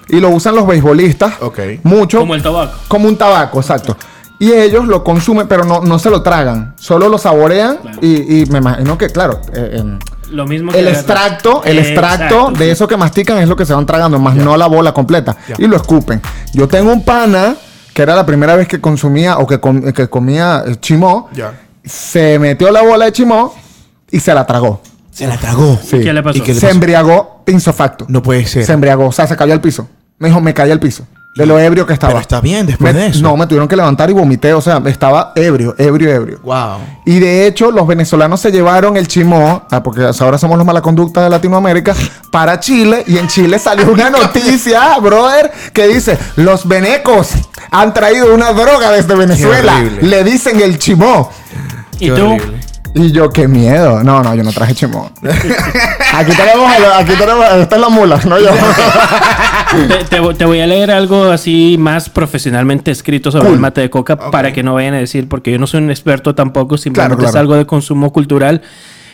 [SPEAKER 5] y lo usan los beisbolistas.
[SPEAKER 3] Ok.
[SPEAKER 5] Mucho.
[SPEAKER 2] Como el tabaco.
[SPEAKER 5] Como un tabaco, exacto. Y ellos lo consumen, pero no, no se lo tragan. Solo lo saborean
[SPEAKER 2] Claro.
[SPEAKER 5] y, y me imagino que, claro, eh, em,
[SPEAKER 2] Lo mismo que
[SPEAKER 5] el
[SPEAKER 2] la-
[SPEAKER 5] extracto, el
[SPEAKER 2] Exacto,
[SPEAKER 5] extracto de
[SPEAKER 2] sí.
[SPEAKER 5] eso que mastican es lo que se van tragando, más no la bola completa. Y lo escupen. Yo tengo un pana que era la primera vez que consumía o que, com- que comía eh, chimó.
[SPEAKER 3] Ya.
[SPEAKER 5] Se metió la bola de chimó y se la tragó.
[SPEAKER 3] Se la tragó.
[SPEAKER 5] Sí.
[SPEAKER 2] ¿Qué le pasó?
[SPEAKER 3] ¿Y qué le
[SPEAKER 5] Se
[SPEAKER 3] pasó?
[SPEAKER 5] embriagó insofacto.
[SPEAKER 3] No puede ser.
[SPEAKER 5] Se embriagó, o sea, se cayó al piso. Me dijo, me caí al piso. De lo ebrio que estaba.
[SPEAKER 3] Pero está bien después
[SPEAKER 5] Me-
[SPEAKER 3] de eso.
[SPEAKER 5] No, me tuvieron que levantar y vomité. O sea, estaba ebrio, ebrio, ebrio.
[SPEAKER 3] Wow.
[SPEAKER 5] Y de hecho, los venezolanos se llevaron el chimó, ah, porque ahora somos los mala conducta de Latinoamérica, para Chile. Y en Chile salió una noticia, ah, brother, que dice: Los venecos han traído una droga desde Venezuela.
[SPEAKER 3] horrible.
[SPEAKER 5] Le dicen el chimó.
[SPEAKER 2] ¿Y tú?
[SPEAKER 5] Y yo, qué miedo. No, no, yo no
[SPEAKER 3] *laughs*
[SPEAKER 5] traje chimó. Aquí tenemos, a la- aquí tenemos, esta es la mula,
[SPEAKER 3] *laughs*
[SPEAKER 5] no yo.
[SPEAKER 2] *laughs* Te, te vo- te voy a leer algo así más profesionalmente escrito sobre
[SPEAKER 5] Cool.
[SPEAKER 2] el mate de coca para que no vayan a decir, porque yo no soy un experto tampoco, simplemente
[SPEAKER 5] Claro, claro.
[SPEAKER 2] es algo de consumo cultural.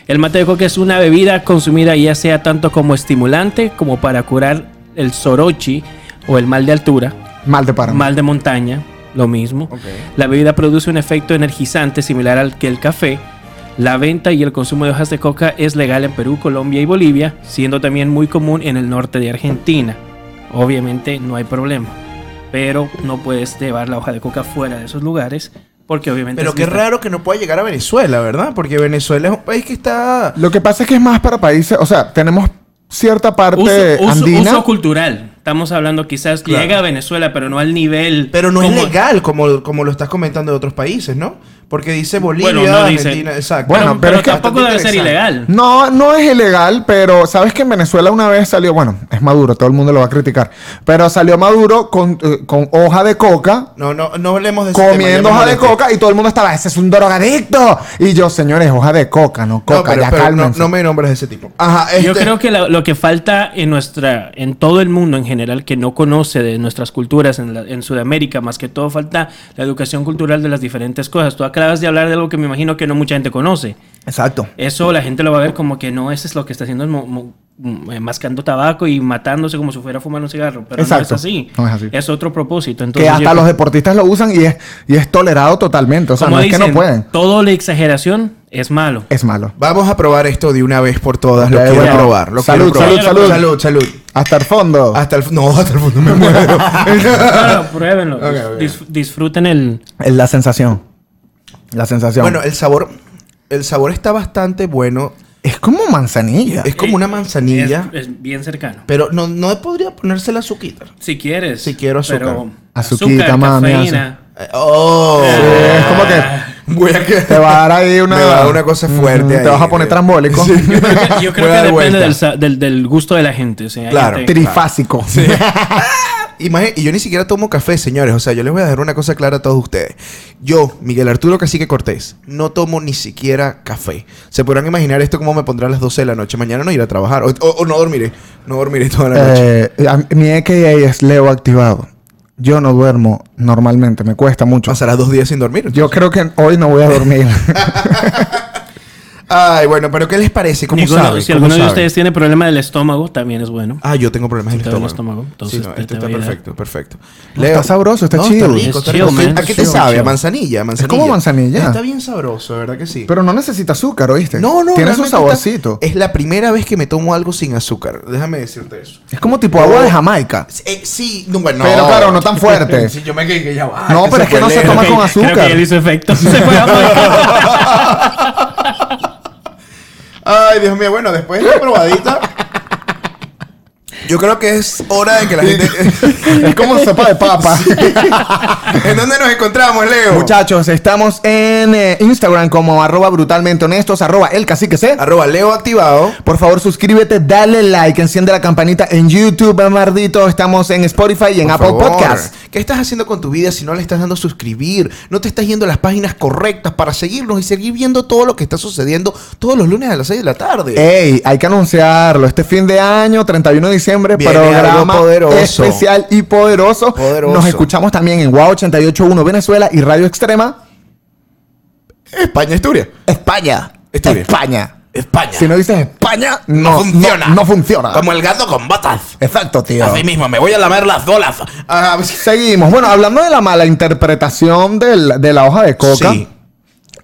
[SPEAKER 2] El mate de coca es una bebida consumida ya sea tanto como estimulante como para curar el sorochi o el mal de altura,
[SPEAKER 5] Mal de páramo.
[SPEAKER 2] mal de montaña, lo mismo. La bebida produce un efecto energizante similar al que el café. La venta y el consumo de hojas de coca es legal en Perú, Colombia y Bolivia, siendo también muy común en el norte de Argentina. Obviamente no hay problema, pero no puedes llevar la hoja de coca fuera de esos lugares porque obviamente...
[SPEAKER 3] Pero
[SPEAKER 2] es
[SPEAKER 3] qué
[SPEAKER 2] lista.
[SPEAKER 3] raro que no pueda llegar a Venezuela, ¿verdad? Porque Venezuela es un país que está.
[SPEAKER 5] Lo que pasa es que es más para países, o sea, tenemos cierta parte
[SPEAKER 3] ¿eh?
[SPEAKER 2] Uso, uso-
[SPEAKER 5] andina.
[SPEAKER 2] uso cultural. Estamos hablando quizás llega a Venezuela, pero no al nivel...
[SPEAKER 3] Pero no
[SPEAKER 2] como-
[SPEAKER 3] es legal como, como lo estás comentando de otros países, ¿no? Porque dice Bolivia,
[SPEAKER 2] Bueno, no dice-
[SPEAKER 3] Argentina, exacto.
[SPEAKER 5] Bueno,
[SPEAKER 2] Pero,
[SPEAKER 5] pero
[SPEAKER 2] pero
[SPEAKER 5] es que
[SPEAKER 2] tampoco debe ser
[SPEAKER 3] interesante.
[SPEAKER 2] ilegal.
[SPEAKER 5] No, no es ilegal, pero sabes que en Venezuela una vez salió, bueno, es Maduro, todo el mundo lo va a criticar, pero salió Maduro con, eh, con hoja de coca,
[SPEAKER 3] No, no, no hablemos de este. ese tema,
[SPEAKER 5] comiendo
[SPEAKER 3] ya me
[SPEAKER 5] hoja de
[SPEAKER 3] molesté.
[SPEAKER 5] coca y todo el mundo estaba, ese es un drogadicto. Y yo, señores, hoja de coca, no coca,
[SPEAKER 3] no, pero,
[SPEAKER 5] ya
[SPEAKER 3] pero no,
[SPEAKER 5] cálmense.
[SPEAKER 3] no me nombres de ese tipo.
[SPEAKER 5] Ajá,
[SPEAKER 2] Yo
[SPEAKER 3] este,
[SPEAKER 2] creo que la- lo que falta en nuestra, en todo el mundo en general, que no conoce de nuestras culturas en, la- en Sudamérica, más que todo falta la educación cultural de las diferentes cosas. Tú acabas de hablar de algo que me imagino que no mucha gente conoce.
[SPEAKER 5] Exacto.
[SPEAKER 2] Eso la gente lo va a ver como que no, eso es lo que está haciendo, es mo- mo- m- mascando tabaco y matándose como si fuera a fumar un cigarro. Pero
[SPEAKER 5] Exacto.
[SPEAKER 2] no es así.
[SPEAKER 5] No es así.
[SPEAKER 2] otro propósito.
[SPEAKER 5] Que
[SPEAKER 2] Entonces, yo
[SPEAKER 5] hasta los deportistas lo usan y es, y es tolerado totalmente, o sea,
[SPEAKER 2] como
[SPEAKER 5] no es que no
[SPEAKER 2] dicen,
[SPEAKER 5] pueden.
[SPEAKER 2] Todo la exageración es
[SPEAKER 5] *laughs*
[SPEAKER 2] malo.
[SPEAKER 5] Es malo.
[SPEAKER 3] Vamos a probar esto de una vez por todas. Lo
[SPEAKER 5] Ya,
[SPEAKER 3] quiero
[SPEAKER 5] bueno.
[SPEAKER 3] probar. Lo
[SPEAKER 5] Salud,
[SPEAKER 3] quiero probar.
[SPEAKER 5] salud,
[SPEAKER 3] salud.
[SPEAKER 5] salud.
[SPEAKER 3] Salud,
[SPEAKER 5] Hasta el fondo.
[SPEAKER 2] *laughs*
[SPEAKER 3] Hasta el... f- No, hasta el fondo me *laughs* muero.
[SPEAKER 2] Claro, pruébenlo. Dis- disfruten el...
[SPEAKER 5] Es La sensación. La sensación.
[SPEAKER 3] bueno, el sabor... El sabor está bastante bueno.
[SPEAKER 5] es como manzanilla.
[SPEAKER 3] Es como una manzanilla.
[SPEAKER 2] Es, es bien cercano.
[SPEAKER 3] Pero no, no podría ponérsela azúcar.
[SPEAKER 2] Si quieres.
[SPEAKER 3] Si quiero azúcar.
[SPEAKER 2] Pero
[SPEAKER 5] Azuquita, mami,
[SPEAKER 2] cafeína.
[SPEAKER 3] Eh, Oh.
[SPEAKER 5] es como que
[SPEAKER 3] Voy a que...
[SPEAKER 5] Eh. te va a dar ahí una,
[SPEAKER 3] Me va a dar una cosa fuerte
[SPEAKER 5] Ujú,
[SPEAKER 3] ahí.
[SPEAKER 5] Te vas a poner trambólico.
[SPEAKER 2] Yo creo
[SPEAKER 3] *laughs*
[SPEAKER 2] que, yo creo
[SPEAKER 3] Voy a
[SPEAKER 2] que
[SPEAKER 3] dar
[SPEAKER 2] depende
[SPEAKER 3] vuelta.
[SPEAKER 2] del, sa- del- del gusto de la gente. o sea, hay
[SPEAKER 3] Claro.
[SPEAKER 2] gente-
[SPEAKER 5] *laughs* Trifásico.
[SPEAKER 3] Imagin- y yo ni siquiera tomo café, señores. O sea, yo les voy a dejar una cosa clara a todos ustedes. Yo, Miguel Arturo Cacique Cortés, no tomo ni siquiera café. Se podrán imaginar esto como me pondrá a las 12 de la noche. Mañana no iré a trabajar. O, o- o no dormiré. No dormiré toda la noche.
[SPEAKER 5] Eh, a- mi EKA es Leo activado. Yo no duermo normalmente, me cuesta mucho.
[SPEAKER 3] Pasarás dos días sin dormir.
[SPEAKER 5] Yo creo que hoy no voy a
[SPEAKER 3] *laughs*
[SPEAKER 5] dormir.
[SPEAKER 3] Ay, bueno, pero ¿qué les parece? ¿Cómo
[SPEAKER 2] Ninguno-
[SPEAKER 3] saben?
[SPEAKER 2] si
[SPEAKER 3] ¿Cómo
[SPEAKER 2] alguno de
[SPEAKER 3] saben?
[SPEAKER 2] ustedes tiene problema del estómago, también es bueno.
[SPEAKER 3] Ah, yo tengo problemas del
[SPEAKER 2] te duele
[SPEAKER 3] estómago.
[SPEAKER 2] el estómago, entonces
[SPEAKER 3] sí, no,
[SPEAKER 2] te-
[SPEAKER 3] este
[SPEAKER 2] te va
[SPEAKER 3] está
[SPEAKER 2] a ayudar.
[SPEAKER 3] perfecto, perfecto.
[SPEAKER 5] está sabroso, está
[SPEAKER 3] chido.
[SPEAKER 5] chill.
[SPEAKER 2] Es
[SPEAKER 3] está
[SPEAKER 2] chill,
[SPEAKER 3] rico.
[SPEAKER 2] man.
[SPEAKER 3] ¿A qué te
[SPEAKER 2] Chill,
[SPEAKER 3] sabe?
[SPEAKER 2] chill.
[SPEAKER 3] A manzanilla, a manzanilla.
[SPEAKER 5] como manzanilla.
[SPEAKER 3] Está bien sabroso, ¿verdad que sí?
[SPEAKER 5] Pero no necesita azúcar, ¿oíste?
[SPEAKER 3] No, no,
[SPEAKER 5] Tiene su
[SPEAKER 3] realmente
[SPEAKER 5] saborcito.
[SPEAKER 3] está- es la primera vez que me tomo algo sin azúcar. Déjame decirte eso.
[SPEAKER 5] Es como tipo agua de Jamaica.
[SPEAKER 3] Eh, sí, no, bueno.
[SPEAKER 5] Pero claro, no tan fuerte.
[SPEAKER 3] Sí, yo me quedé que ya va.
[SPEAKER 5] No,
[SPEAKER 3] que
[SPEAKER 5] pero es que
[SPEAKER 3] fue
[SPEAKER 5] no se
[SPEAKER 3] lejos.
[SPEAKER 5] toma
[SPEAKER 2] Ok,
[SPEAKER 5] con
[SPEAKER 2] Creo
[SPEAKER 5] azúcar.
[SPEAKER 2] que él hizo
[SPEAKER 3] *laughs*
[SPEAKER 2] efecto. Se fue a marcar.
[SPEAKER 3] Ay, Dios mío, bueno, después de la probadita. *laughs* Yo creo que es hora de que la gente.
[SPEAKER 5] es como sopa de *laughs* papa.
[SPEAKER 3] ¿En dónde nos encontramos, Leo?
[SPEAKER 5] Muchachos, estamos en eh, Instagram como arroba brutalmente honestos, arroba el cacique C.
[SPEAKER 3] Arroba Leo activado.
[SPEAKER 5] Por favor, suscríbete, dale like, enciende la campanita en YouTube, Mardito. Estamos en Spotify y en
[SPEAKER 3] Por
[SPEAKER 5] Apple
[SPEAKER 3] favor.
[SPEAKER 5] Podcast.
[SPEAKER 3] ¿Qué estás haciendo con tu vida si no le estás dando suscribir? No te estás yendo a las páginas correctas para seguirnos y seguir viendo todo lo que está sucediendo todos los lunes a las 6 de la tarde.
[SPEAKER 5] Ey, hay que anunciarlo. Este fin de año, 31 de diciembre,
[SPEAKER 3] Viene
[SPEAKER 5] programa
[SPEAKER 3] algo poderoso.
[SPEAKER 5] especial y poderoso.
[SPEAKER 3] Poderoso.
[SPEAKER 5] Nos escuchamos también en WOW 881 Venezuela y Radio Extrema
[SPEAKER 3] España, Asturias.
[SPEAKER 5] España.
[SPEAKER 3] Estoy bien.
[SPEAKER 5] España.
[SPEAKER 3] España.
[SPEAKER 5] Si no dices España, no, no funciona. No, funciona.
[SPEAKER 3] Como el gato con botas.
[SPEAKER 5] Exacto, tío.
[SPEAKER 3] Así mismo, me voy a lamer las bolas. Ah,
[SPEAKER 5] pues, Seguimos. Bueno, hablando de la mala interpretación del- de la hoja de coca
[SPEAKER 3] Sí.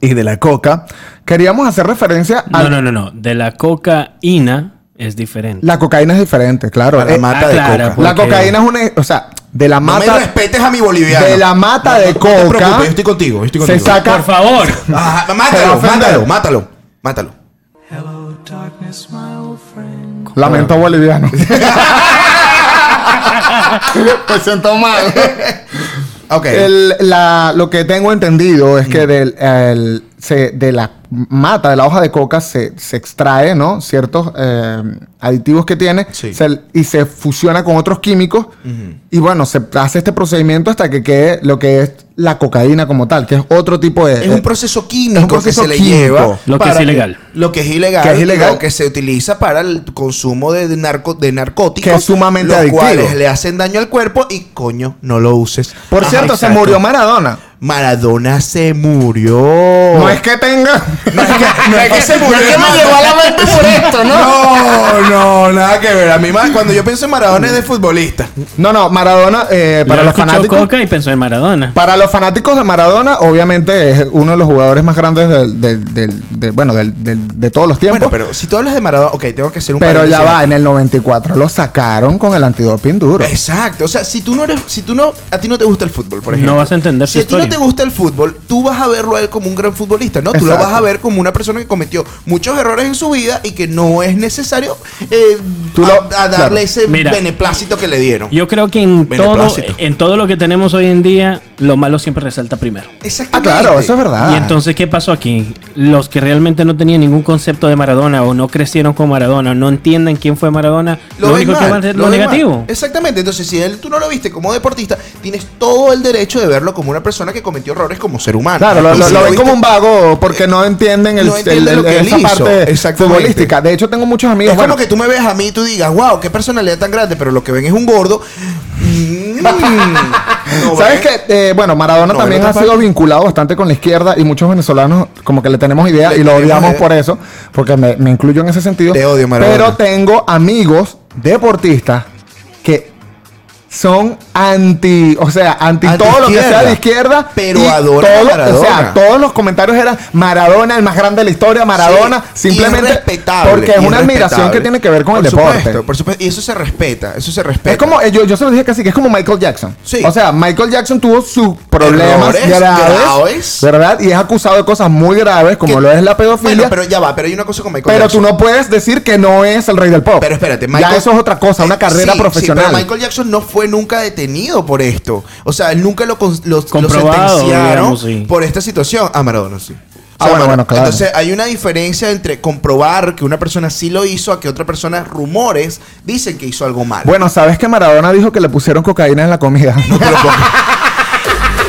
[SPEAKER 5] y de la coca, queríamos hacer referencia a
[SPEAKER 3] Ah.
[SPEAKER 2] No, no, no, no. De la cocaína es diferente.
[SPEAKER 5] la cocaína es diferente, claro.
[SPEAKER 3] Para
[SPEAKER 5] Eh,
[SPEAKER 3] mata de
[SPEAKER 2] Aclara,
[SPEAKER 3] coca.
[SPEAKER 2] porque-
[SPEAKER 5] la cocaína es una, o sea, de la
[SPEAKER 3] No me
[SPEAKER 5] mata
[SPEAKER 3] respetes a mi boliviano.
[SPEAKER 5] de la mata de
[SPEAKER 3] No te
[SPEAKER 5] coca
[SPEAKER 3] preocupes, yo estoy contigo. Yo estoy
[SPEAKER 5] se
[SPEAKER 3] contigo.
[SPEAKER 5] saca
[SPEAKER 2] Por favor.
[SPEAKER 3] Ajá,
[SPEAKER 5] Se va a
[SPEAKER 3] mátalo,
[SPEAKER 5] ofender.
[SPEAKER 3] mátalo, mátalo, mátalo. *laughs*
[SPEAKER 5] lamento boliviano. Me siento mal.
[SPEAKER 3] Ok.
[SPEAKER 5] El- la- lo que tengo entendido es que del, el- se- de la mata, de la hoja de coca, se, se extrae, ¿no? Ciertos eh, aditivos que tiene
[SPEAKER 3] Sí.
[SPEAKER 5] se- y se fusiona con otros químicos. Y bueno, se hace este procedimiento hasta que quede lo que es la cocaína como tal, que es otro tipo de...
[SPEAKER 3] es un proceso químico
[SPEAKER 5] es un proceso
[SPEAKER 3] que se
[SPEAKER 5] químico.
[SPEAKER 3] le lleva.
[SPEAKER 2] Lo que
[SPEAKER 3] para-
[SPEAKER 2] es ilegal.
[SPEAKER 3] Lo que es ilegal.
[SPEAKER 5] Que es ilegal.
[SPEAKER 3] Lo que se utiliza para el consumo de, de narco- de narcóticos.
[SPEAKER 5] Que es sumamente
[SPEAKER 3] los
[SPEAKER 5] adictivo.
[SPEAKER 3] cuales le hacen daño al cuerpo y coño, no lo uses.
[SPEAKER 5] Por
[SPEAKER 3] Ajá,
[SPEAKER 5] cierto, se
[SPEAKER 3] exacto.
[SPEAKER 5] murió Maradona.
[SPEAKER 3] Maradona se murió.
[SPEAKER 5] No es que tenga...
[SPEAKER 3] Oh. No es
[SPEAKER 5] *laughs*
[SPEAKER 3] que, no es que se murió. hermano.
[SPEAKER 5] mente por esto,
[SPEAKER 3] No, no, nada que ver. A mí, ma- cuando yo pienso en Maradona es de futbolista.
[SPEAKER 5] No, no, Maradona, eh, para
[SPEAKER 2] Leo
[SPEAKER 5] los
[SPEAKER 2] escuchó
[SPEAKER 5] fanáticos...
[SPEAKER 2] coca y pensó en Maradona.
[SPEAKER 5] Para los fanáticos de Maradona, obviamente es uno de los jugadores más grandes del, del- del- de- bueno, del- del- de todos los tiempos.
[SPEAKER 3] Bueno, pero si tú hablas de Maradona, ok, tengo que hacer un
[SPEAKER 5] pero ya
[SPEAKER 3] paréntesis
[SPEAKER 5] va,
[SPEAKER 3] aquí.
[SPEAKER 5] en el 94 lo sacaron con el antidoping duro.
[SPEAKER 3] Exacto, o sea, si tú no eres, si tú no, a ti no te gusta el fútbol, por
[SPEAKER 2] No
[SPEAKER 3] ejemplo.
[SPEAKER 2] vas a entender su
[SPEAKER 3] Si a ti no
[SPEAKER 2] historia.
[SPEAKER 3] te gusta el fútbol, tú vas a verlo a él como un gran futbolista, ¿no? Tú lo
[SPEAKER 5] Exacto.
[SPEAKER 3] vas a ver como una persona que cometió muchos errores en su vida y que no es necesario eh,
[SPEAKER 5] Tú lo-
[SPEAKER 3] a, a darle
[SPEAKER 5] claro.
[SPEAKER 3] ese
[SPEAKER 2] Mira.
[SPEAKER 3] beneplácito que le dieron.
[SPEAKER 2] Yo creo que en todo,
[SPEAKER 3] Beneplácito.
[SPEAKER 2] en todo lo que tenemos hoy en día, lo malo siempre resalta primero.
[SPEAKER 5] Ah,
[SPEAKER 3] Exactamente.
[SPEAKER 5] claro, eso es verdad.
[SPEAKER 2] Y entonces, ¿qué pasó aquí? Los que realmente no tenían ningún concepto de Maradona o no crecieron con Maradona, no entienden quién fue Maradona, lo,
[SPEAKER 3] ves
[SPEAKER 2] único que
[SPEAKER 3] mal,
[SPEAKER 2] van a hacer es
[SPEAKER 3] lo
[SPEAKER 2] lo,
[SPEAKER 3] ves mal.
[SPEAKER 2] negativo.
[SPEAKER 3] Exactamente. Entonces, si él, tú no lo viste como deportista, tienes todo el derecho de verlo como una persona que cometió errores como ser humano.
[SPEAKER 5] Claro, lo,
[SPEAKER 3] Y
[SPEAKER 5] lo-
[SPEAKER 3] si
[SPEAKER 5] lo ven
[SPEAKER 3] viste-
[SPEAKER 5] como un vago porque no entienden, el,
[SPEAKER 3] No entienden
[SPEAKER 5] el-
[SPEAKER 3] lo que él
[SPEAKER 5] el- esa
[SPEAKER 3] hizo.
[SPEAKER 5] parte
[SPEAKER 3] Exactamente.
[SPEAKER 5] futbolística. De hecho, tengo muchos amigos.
[SPEAKER 3] Es
[SPEAKER 5] bueno,
[SPEAKER 3] como que tú me ves a mí y tú digas, wow, qué personalidad tan grande, pero lo que ven es un gordo.
[SPEAKER 5] *laughs*
[SPEAKER 3] Mm, no
[SPEAKER 5] ¿Sabes
[SPEAKER 3] ven.
[SPEAKER 5] qué? Eh, bueno, Maradona
[SPEAKER 3] No,
[SPEAKER 5] también
[SPEAKER 3] ven
[SPEAKER 5] ha
[SPEAKER 3] otra
[SPEAKER 5] sido vinculado bastante con la izquierda y muchos venezolanos como que le tenemos idea
[SPEAKER 3] Le
[SPEAKER 5] y lo
[SPEAKER 3] tenemos
[SPEAKER 5] odiamos
[SPEAKER 3] idea.
[SPEAKER 5] por eso, porque me, me incluyo en ese sentido.
[SPEAKER 3] Te odio, Maradona.
[SPEAKER 5] Pero tengo amigos deportistas que son anti, o sea, anti,
[SPEAKER 3] Anti
[SPEAKER 5] todo lo que
[SPEAKER 3] izquierda.
[SPEAKER 5] sea de izquierda.
[SPEAKER 3] Pero
[SPEAKER 5] y
[SPEAKER 3] adoran
[SPEAKER 5] todo-
[SPEAKER 3] a Maradona.
[SPEAKER 5] O sea, todos los comentarios eran Maradona, el más grande de la historia, Maradona,
[SPEAKER 3] Sí, y
[SPEAKER 5] simplemente
[SPEAKER 3] es respetable,
[SPEAKER 5] porque
[SPEAKER 3] y
[SPEAKER 5] es una
[SPEAKER 3] respetable.
[SPEAKER 5] admiración que tiene que ver con
[SPEAKER 3] Por
[SPEAKER 5] el deporte.
[SPEAKER 3] supuesto, por supuesto. Y eso se respeta, eso se respeta.
[SPEAKER 5] Es como, eh, yo, yo se lo dije casi que es como Michael Jackson.
[SPEAKER 3] Sí.
[SPEAKER 5] O sea, Michael Jackson tuvo sus problemas
[SPEAKER 3] Errores
[SPEAKER 5] graves,
[SPEAKER 3] graves.
[SPEAKER 5] ¿verdad? Y es acusado de cosas muy graves, como
[SPEAKER 3] Que-
[SPEAKER 5] lo es la pedofilia.
[SPEAKER 3] Bueno, pero ya va, pero hay una cosa con Michael
[SPEAKER 5] pero
[SPEAKER 3] Jackson.
[SPEAKER 5] tú no puedes decir que no es el rey del pop.
[SPEAKER 3] Pero espérate,
[SPEAKER 5] Ya eso es otra cosa, una
[SPEAKER 3] Eh,
[SPEAKER 5] carrera
[SPEAKER 3] sí, sí,
[SPEAKER 5] profesional.
[SPEAKER 3] pero Michael Jackson no fue nunca detenido por esto. O sea, él nunca lo, con- lo- lo
[SPEAKER 2] Comprobado,
[SPEAKER 3] sentenciaron
[SPEAKER 2] digamos, sí.
[SPEAKER 3] por esta situación. Ah, Maradona sí.
[SPEAKER 5] Ah, bueno,
[SPEAKER 3] Maradona-
[SPEAKER 5] bueno, claro.
[SPEAKER 3] Entonces hay una diferencia entre comprobar que una persona sí lo hizo a que otra persona, rumores, dicen que hizo algo mal.
[SPEAKER 5] Bueno, sabes que Maradona dijo que le pusieron cocaína en
[SPEAKER 3] *laughs*
[SPEAKER 5] la comida.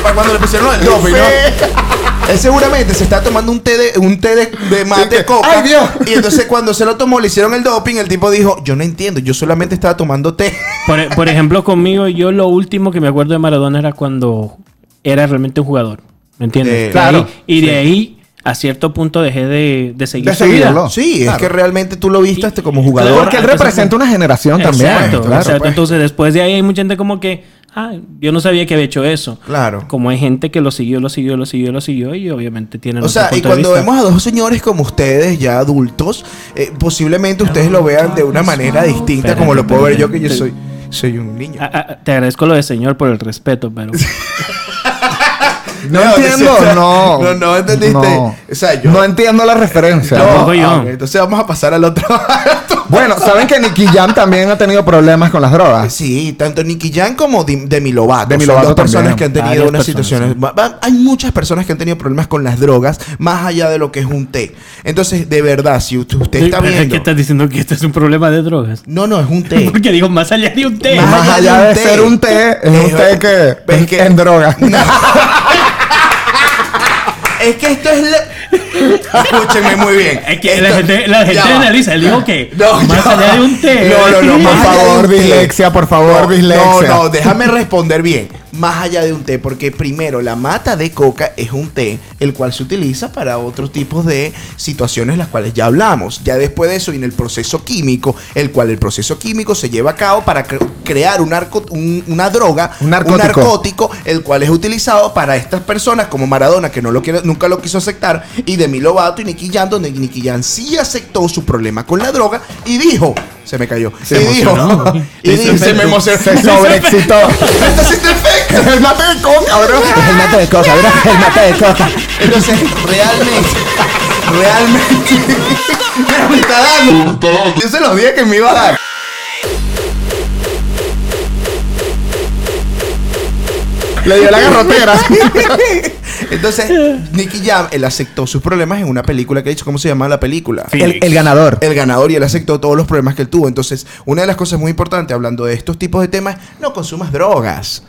[SPEAKER 3] Para cuando le pusieron el doping, ¿no? Él seguramente se está tomando un té de, un té de, de mate de coca.
[SPEAKER 5] ¡Ay, Dios!
[SPEAKER 3] Y entonces cuando se lo tomó, le hicieron el doping, el tipo dijo, yo no entiendo, yo solamente estaba tomando té.
[SPEAKER 2] Por, por ejemplo, conmigo, yo lo último que me acuerdo de Maradona era cuando era realmente un jugador. ¿Me entiendes?
[SPEAKER 3] Eh,
[SPEAKER 2] De ahí-
[SPEAKER 5] claro,
[SPEAKER 2] y de ahí, a cierto punto, dejé de, de seguir
[SPEAKER 5] De
[SPEAKER 2] su vida.
[SPEAKER 5] seguirlo.
[SPEAKER 3] Sí, es que realmente tú lo viste hasta como jugador.
[SPEAKER 5] Porque él representa una generación también.
[SPEAKER 2] Exacto,
[SPEAKER 5] claro.
[SPEAKER 2] exacto.
[SPEAKER 3] pues.
[SPEAKER 2] Entonces, después de ahí hay mucha gente como que, ah, yo no sabía que había hecho eso.
[SPEAKER 3] Claro.
[SPEAKER 2] Como hay gente que lo siguió, lo siguió, lo siguió, lo siguió y obviamente tienen
[SPEAKER 3] O sea,
[SPEAKER 2] otro
[SPEAKER 3] y
[SPEAKER 2] punto de
[SPEAKER 3] cuando
[SPEAKER 2] vista.
[SPEAKER 3] vemos a dos señores como ustedes, ya adultos, eh, posiblemente ustedes lo vean de una manera distinta
[SPEAKER 2] Espérate,
[SPEAKER 3] como lo puedo ver yo,
[SPEAKER 2] espérate,
[SPEAKER 3] que yo
[SPEAKER 2] te-
[SPEAKER 3] soy, soy un niño.
[SPEAKER 2] Ah, ah, te agradezco lo de señor por el respeto, pero
[SPEAKER 5] No entiendo,
[SPEAKER 3] *laughs* o sea,
[SPEAKER 5] no.
[SPEAKER 3] No, no entendiste.
[SPEAKER 5] No.
[SPEAKER 3] O sea, yo.
[SPEAKER 5] No entiendo la referencia.
[SPEAKER 3] No,
[SPEAKER 2] Tampoco yo.
[SPEAKER 3] ah, ok, entonces vamos a pasar al otro.
[SPEAKER 5] Bueno, saben que Nicky Jam también ha tenido problemas con las drogas.
[SPEAKER 3] Ah, Sí, tanto Nicky Jam como Dim- Demi Lovato.
[SPEAKER 5] Demi
[SPEAKER 3] Son
[SPEAKER 5] Lovato
[SPEAKER 3] dos personas
[SPEAKER 5] también.
[SPEAKER 3] que han tenido
[SPEAKER 2] Varias
[SPEAKER 3] unas
[SPEAKER 2] personas,
[SPEAKER 3] situaciones. va- va- Hay muchas personas que han tenido problemas con las drogas, más allá de lo que es un té. Entonces, de verdad, si usted, usted está
[SPEAKER 2] Pero es que
[SPEAKER 3] viendo.
[SPEAKER 2] estás diciendo que este es un problema de drogas?
[SPEAKER 3] No, no, es un té.
[SPEAKER 2] *laughs* Porque digo, más allá de un té.
[SPEAKER 5] Más
[SPEAKER 3] Más
[SPEAKER 5] allá
[SPEAKER 3] allá
[SPEAKER 5] de
[SPEAKER 3] de un
[SPEAKER 5] ser
[SPEAKER 3] té.
[SPEAKER 5] un té, es un té
[SPEAKER 3] Eh,
[SPEAKER 5] que
[SPEAKER 3] es que- *laughs*
[SPEAKER 5] en droga.
[SPEAKER 3] Es que esto es. la- Escúchenme muy bien.
[SPEAKER 2] Es que
[SPEAKER 3] Esto-
[SPEAKER 2] la gente, la gente
[SPEAKER 3] Ya va.
[SPEAKER 2] analiza, él dijo que
[SPEAKER 3] No,
[SPEAKER 2] más
[SPEAKER 3] ya
[SPEAKER 2] allá
[SPEAKER 3] va.
[SPEAKER 2] de un té.
[SPEAKER 3] No, no,
[SPEAKER 2] *laughs*
[SPEAKER 3] no,
[SPEAKER 5] Por
[SPEAKER 3] más allá de
[SPEAKER 5] favor,
[SPEAKER 3] un té.
[SPEAKER 5] dislexia, por favor,
[SPEAKER 3] No,
[SPEAKER 5] dislexia.
[SPEAKER 3] No, no, déjame responder bien. Más allá de un té, porque primero la mata de coca es un té, el cual se utiliza para otros tipos de situaciones las cuales ya hablamos. Ya después de eso viene el proceso químico, el cual el proceso químico se lleva a cabo para cre- crear un narco- un- una droga,
[SPEAKER 5] Un narcótico.
[SPEAKER 3] narcótico, el cual es utilizado para estas personas como Maradona, que no lo quiere, nunca lo quiso aceptar, y Demi Lovato y Nicky Jam, donde Nicky Jam sí aceptó su problema con la droga y dijo, se me cayó,
[SPEAKER 5] Se
[SPEAKER 3] y dijo,
[SPEAKER 5] emocionó.
[SPEAKER 3] y dijo- se me emocionó. *laughs*
[SPEAKER 5] Se sobreexcitó.
[SPEAKER 3] Esto sí te afecta.
[SPEAKER 5] el mate de coca, bro. El mate de coca, bro. El mate de coca.
[SPEAKER 3] Entonces, realmente, realmente, me está dando. Yo se los dije que me iba a dar.
[SPEAKER 5] Le dio la garrotera.
[SPEAKER 3] Entonces, Nicky Jam, él aceptó sus problemas en una película que ha hecho. ¿Cómo se llama la película?
[SPEAKER 5] El, el ganador.
[SPEAKER 3] el ganador y él aceptó todos los problemas que él tuvo. Entonces, una de las cosas muy importantes hablando de estos tipos de temas, no consumas drogas.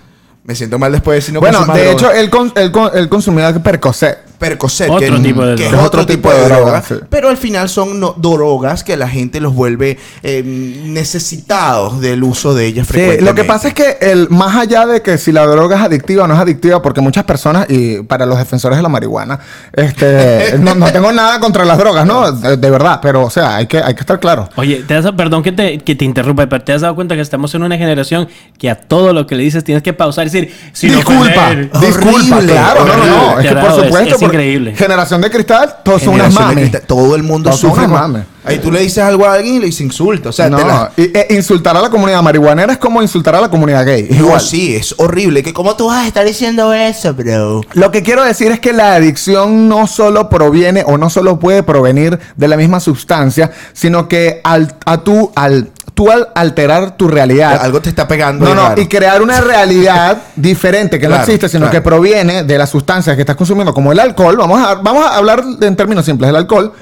[SPEAKER 3] Me siento mal después de decir no
[SPEAKER 5] bueno,
[SPEAKER 3] consumas
[SPEAKER 5] de
[SPEAKER 3] drogas.
[SPEAKER 5] hecho, él, con, él, con- él consumía Percocet.
[SPEAKER 3] Percocet,
[SPEAKER 2] Otro
[SPEAKER 3] que,
[SPEAKER 2] tipo de
[SPEAKER 3] que es
[SPEAKER 2] droga.
[SPEAKER 3] otro tipo de
[SPEAKER 5] droga,
[SPEAKER 3] droga,
[SPEAKER 5] sí.
[SPEAKER 3] pero al final son no- drogas que la gente los vuelve eh, necesitados del uso de ellas
[SPEAKER 5] Sí,
[SPEAKER 3] frecuentemente.
[SPEAKER 5] lo que pasa es que el, más allá de que si la droga es adictiva o no es adictiva, porque muchas personas, y para los defensores de la marihuana,
[SPEAKER 3] *laughs*
[SPEAKER 5] este, no, no tengo nada contra las drogas, ¿no? De, de verdad, pero o sea, hay que, hay que estar claro.
[SPEAKER 2] Oye, te has- perdón que te, que te interrumpa, pero te has dado cuenta que estamos en una generación que a todo lo que le dices tienes que pausar y decir, sin
[SPEAKER 5] disculpa,
[SPEAKER 2] ofender.
[SPEAKER 5] disculpa,
[SPEAKER 3] Horrible,
[SPEAKER 5] claro, no, no, no,
[SPEAKER 2] horrible,
[SPEAKER 5] es que por
[SPEAKER 2] tarado, es-
[SPEAKER 5] supuesto,
[SPEAKER 2] es
[SPEAKER 5] por-
[SPEAKER 2] increíble.
[SPEAKER 5] generación de cristal, todos son unas
[SPEAKER 3] Generación de
[SPEAKER 5] mames.
[SPEAKER 3] cristal, todo el mundo
[SPEAKER 5] Todos son
[SPEAKER 3] sufre.
[SPEAKER 5] unas
[SPEAKER 3] con-
[SPEAKER 5] mames.
[SPEAKER 3] Ahí tú le dices algo a alguien y le dices insulto. O sea,
[SPEAKER 5] No,
[SPEAKER 3] te la-
[SPEAKER 5] y- e- insultar a la comunidad marihuanera es como insultar a la comunidad gay.
[SPEAKER 3] No,
[SPEAKER 5] Igual.
[SPEAKER 3] sí, es horrible. Que ¿Cómo tú vas a estar diciendo eso, bro?
[SPEAKER 5] Lo que quiero decir es que la adicción no solo proviene o no solo puede provenir de la misma sustancia, sino que al, a tú, al, tú al alterar tu realidad.
[SPEAKER 3] Algo te está pegando.
[SPEAKER 5] no, no,
[SPEAKER 3] raro.
[SPEAKER 5] y crear una realidad *laughs* diferente que no
[SPEAKER 3] Claro,
[SPEAKER 5] existe, sino
[SPEAKER 3] claro.
[SPEAKER 5] que proviene de las sustancias que estás consumiendo, como el alcohol. Vamos a, vamos a hablar de- en términos simples del alcohol.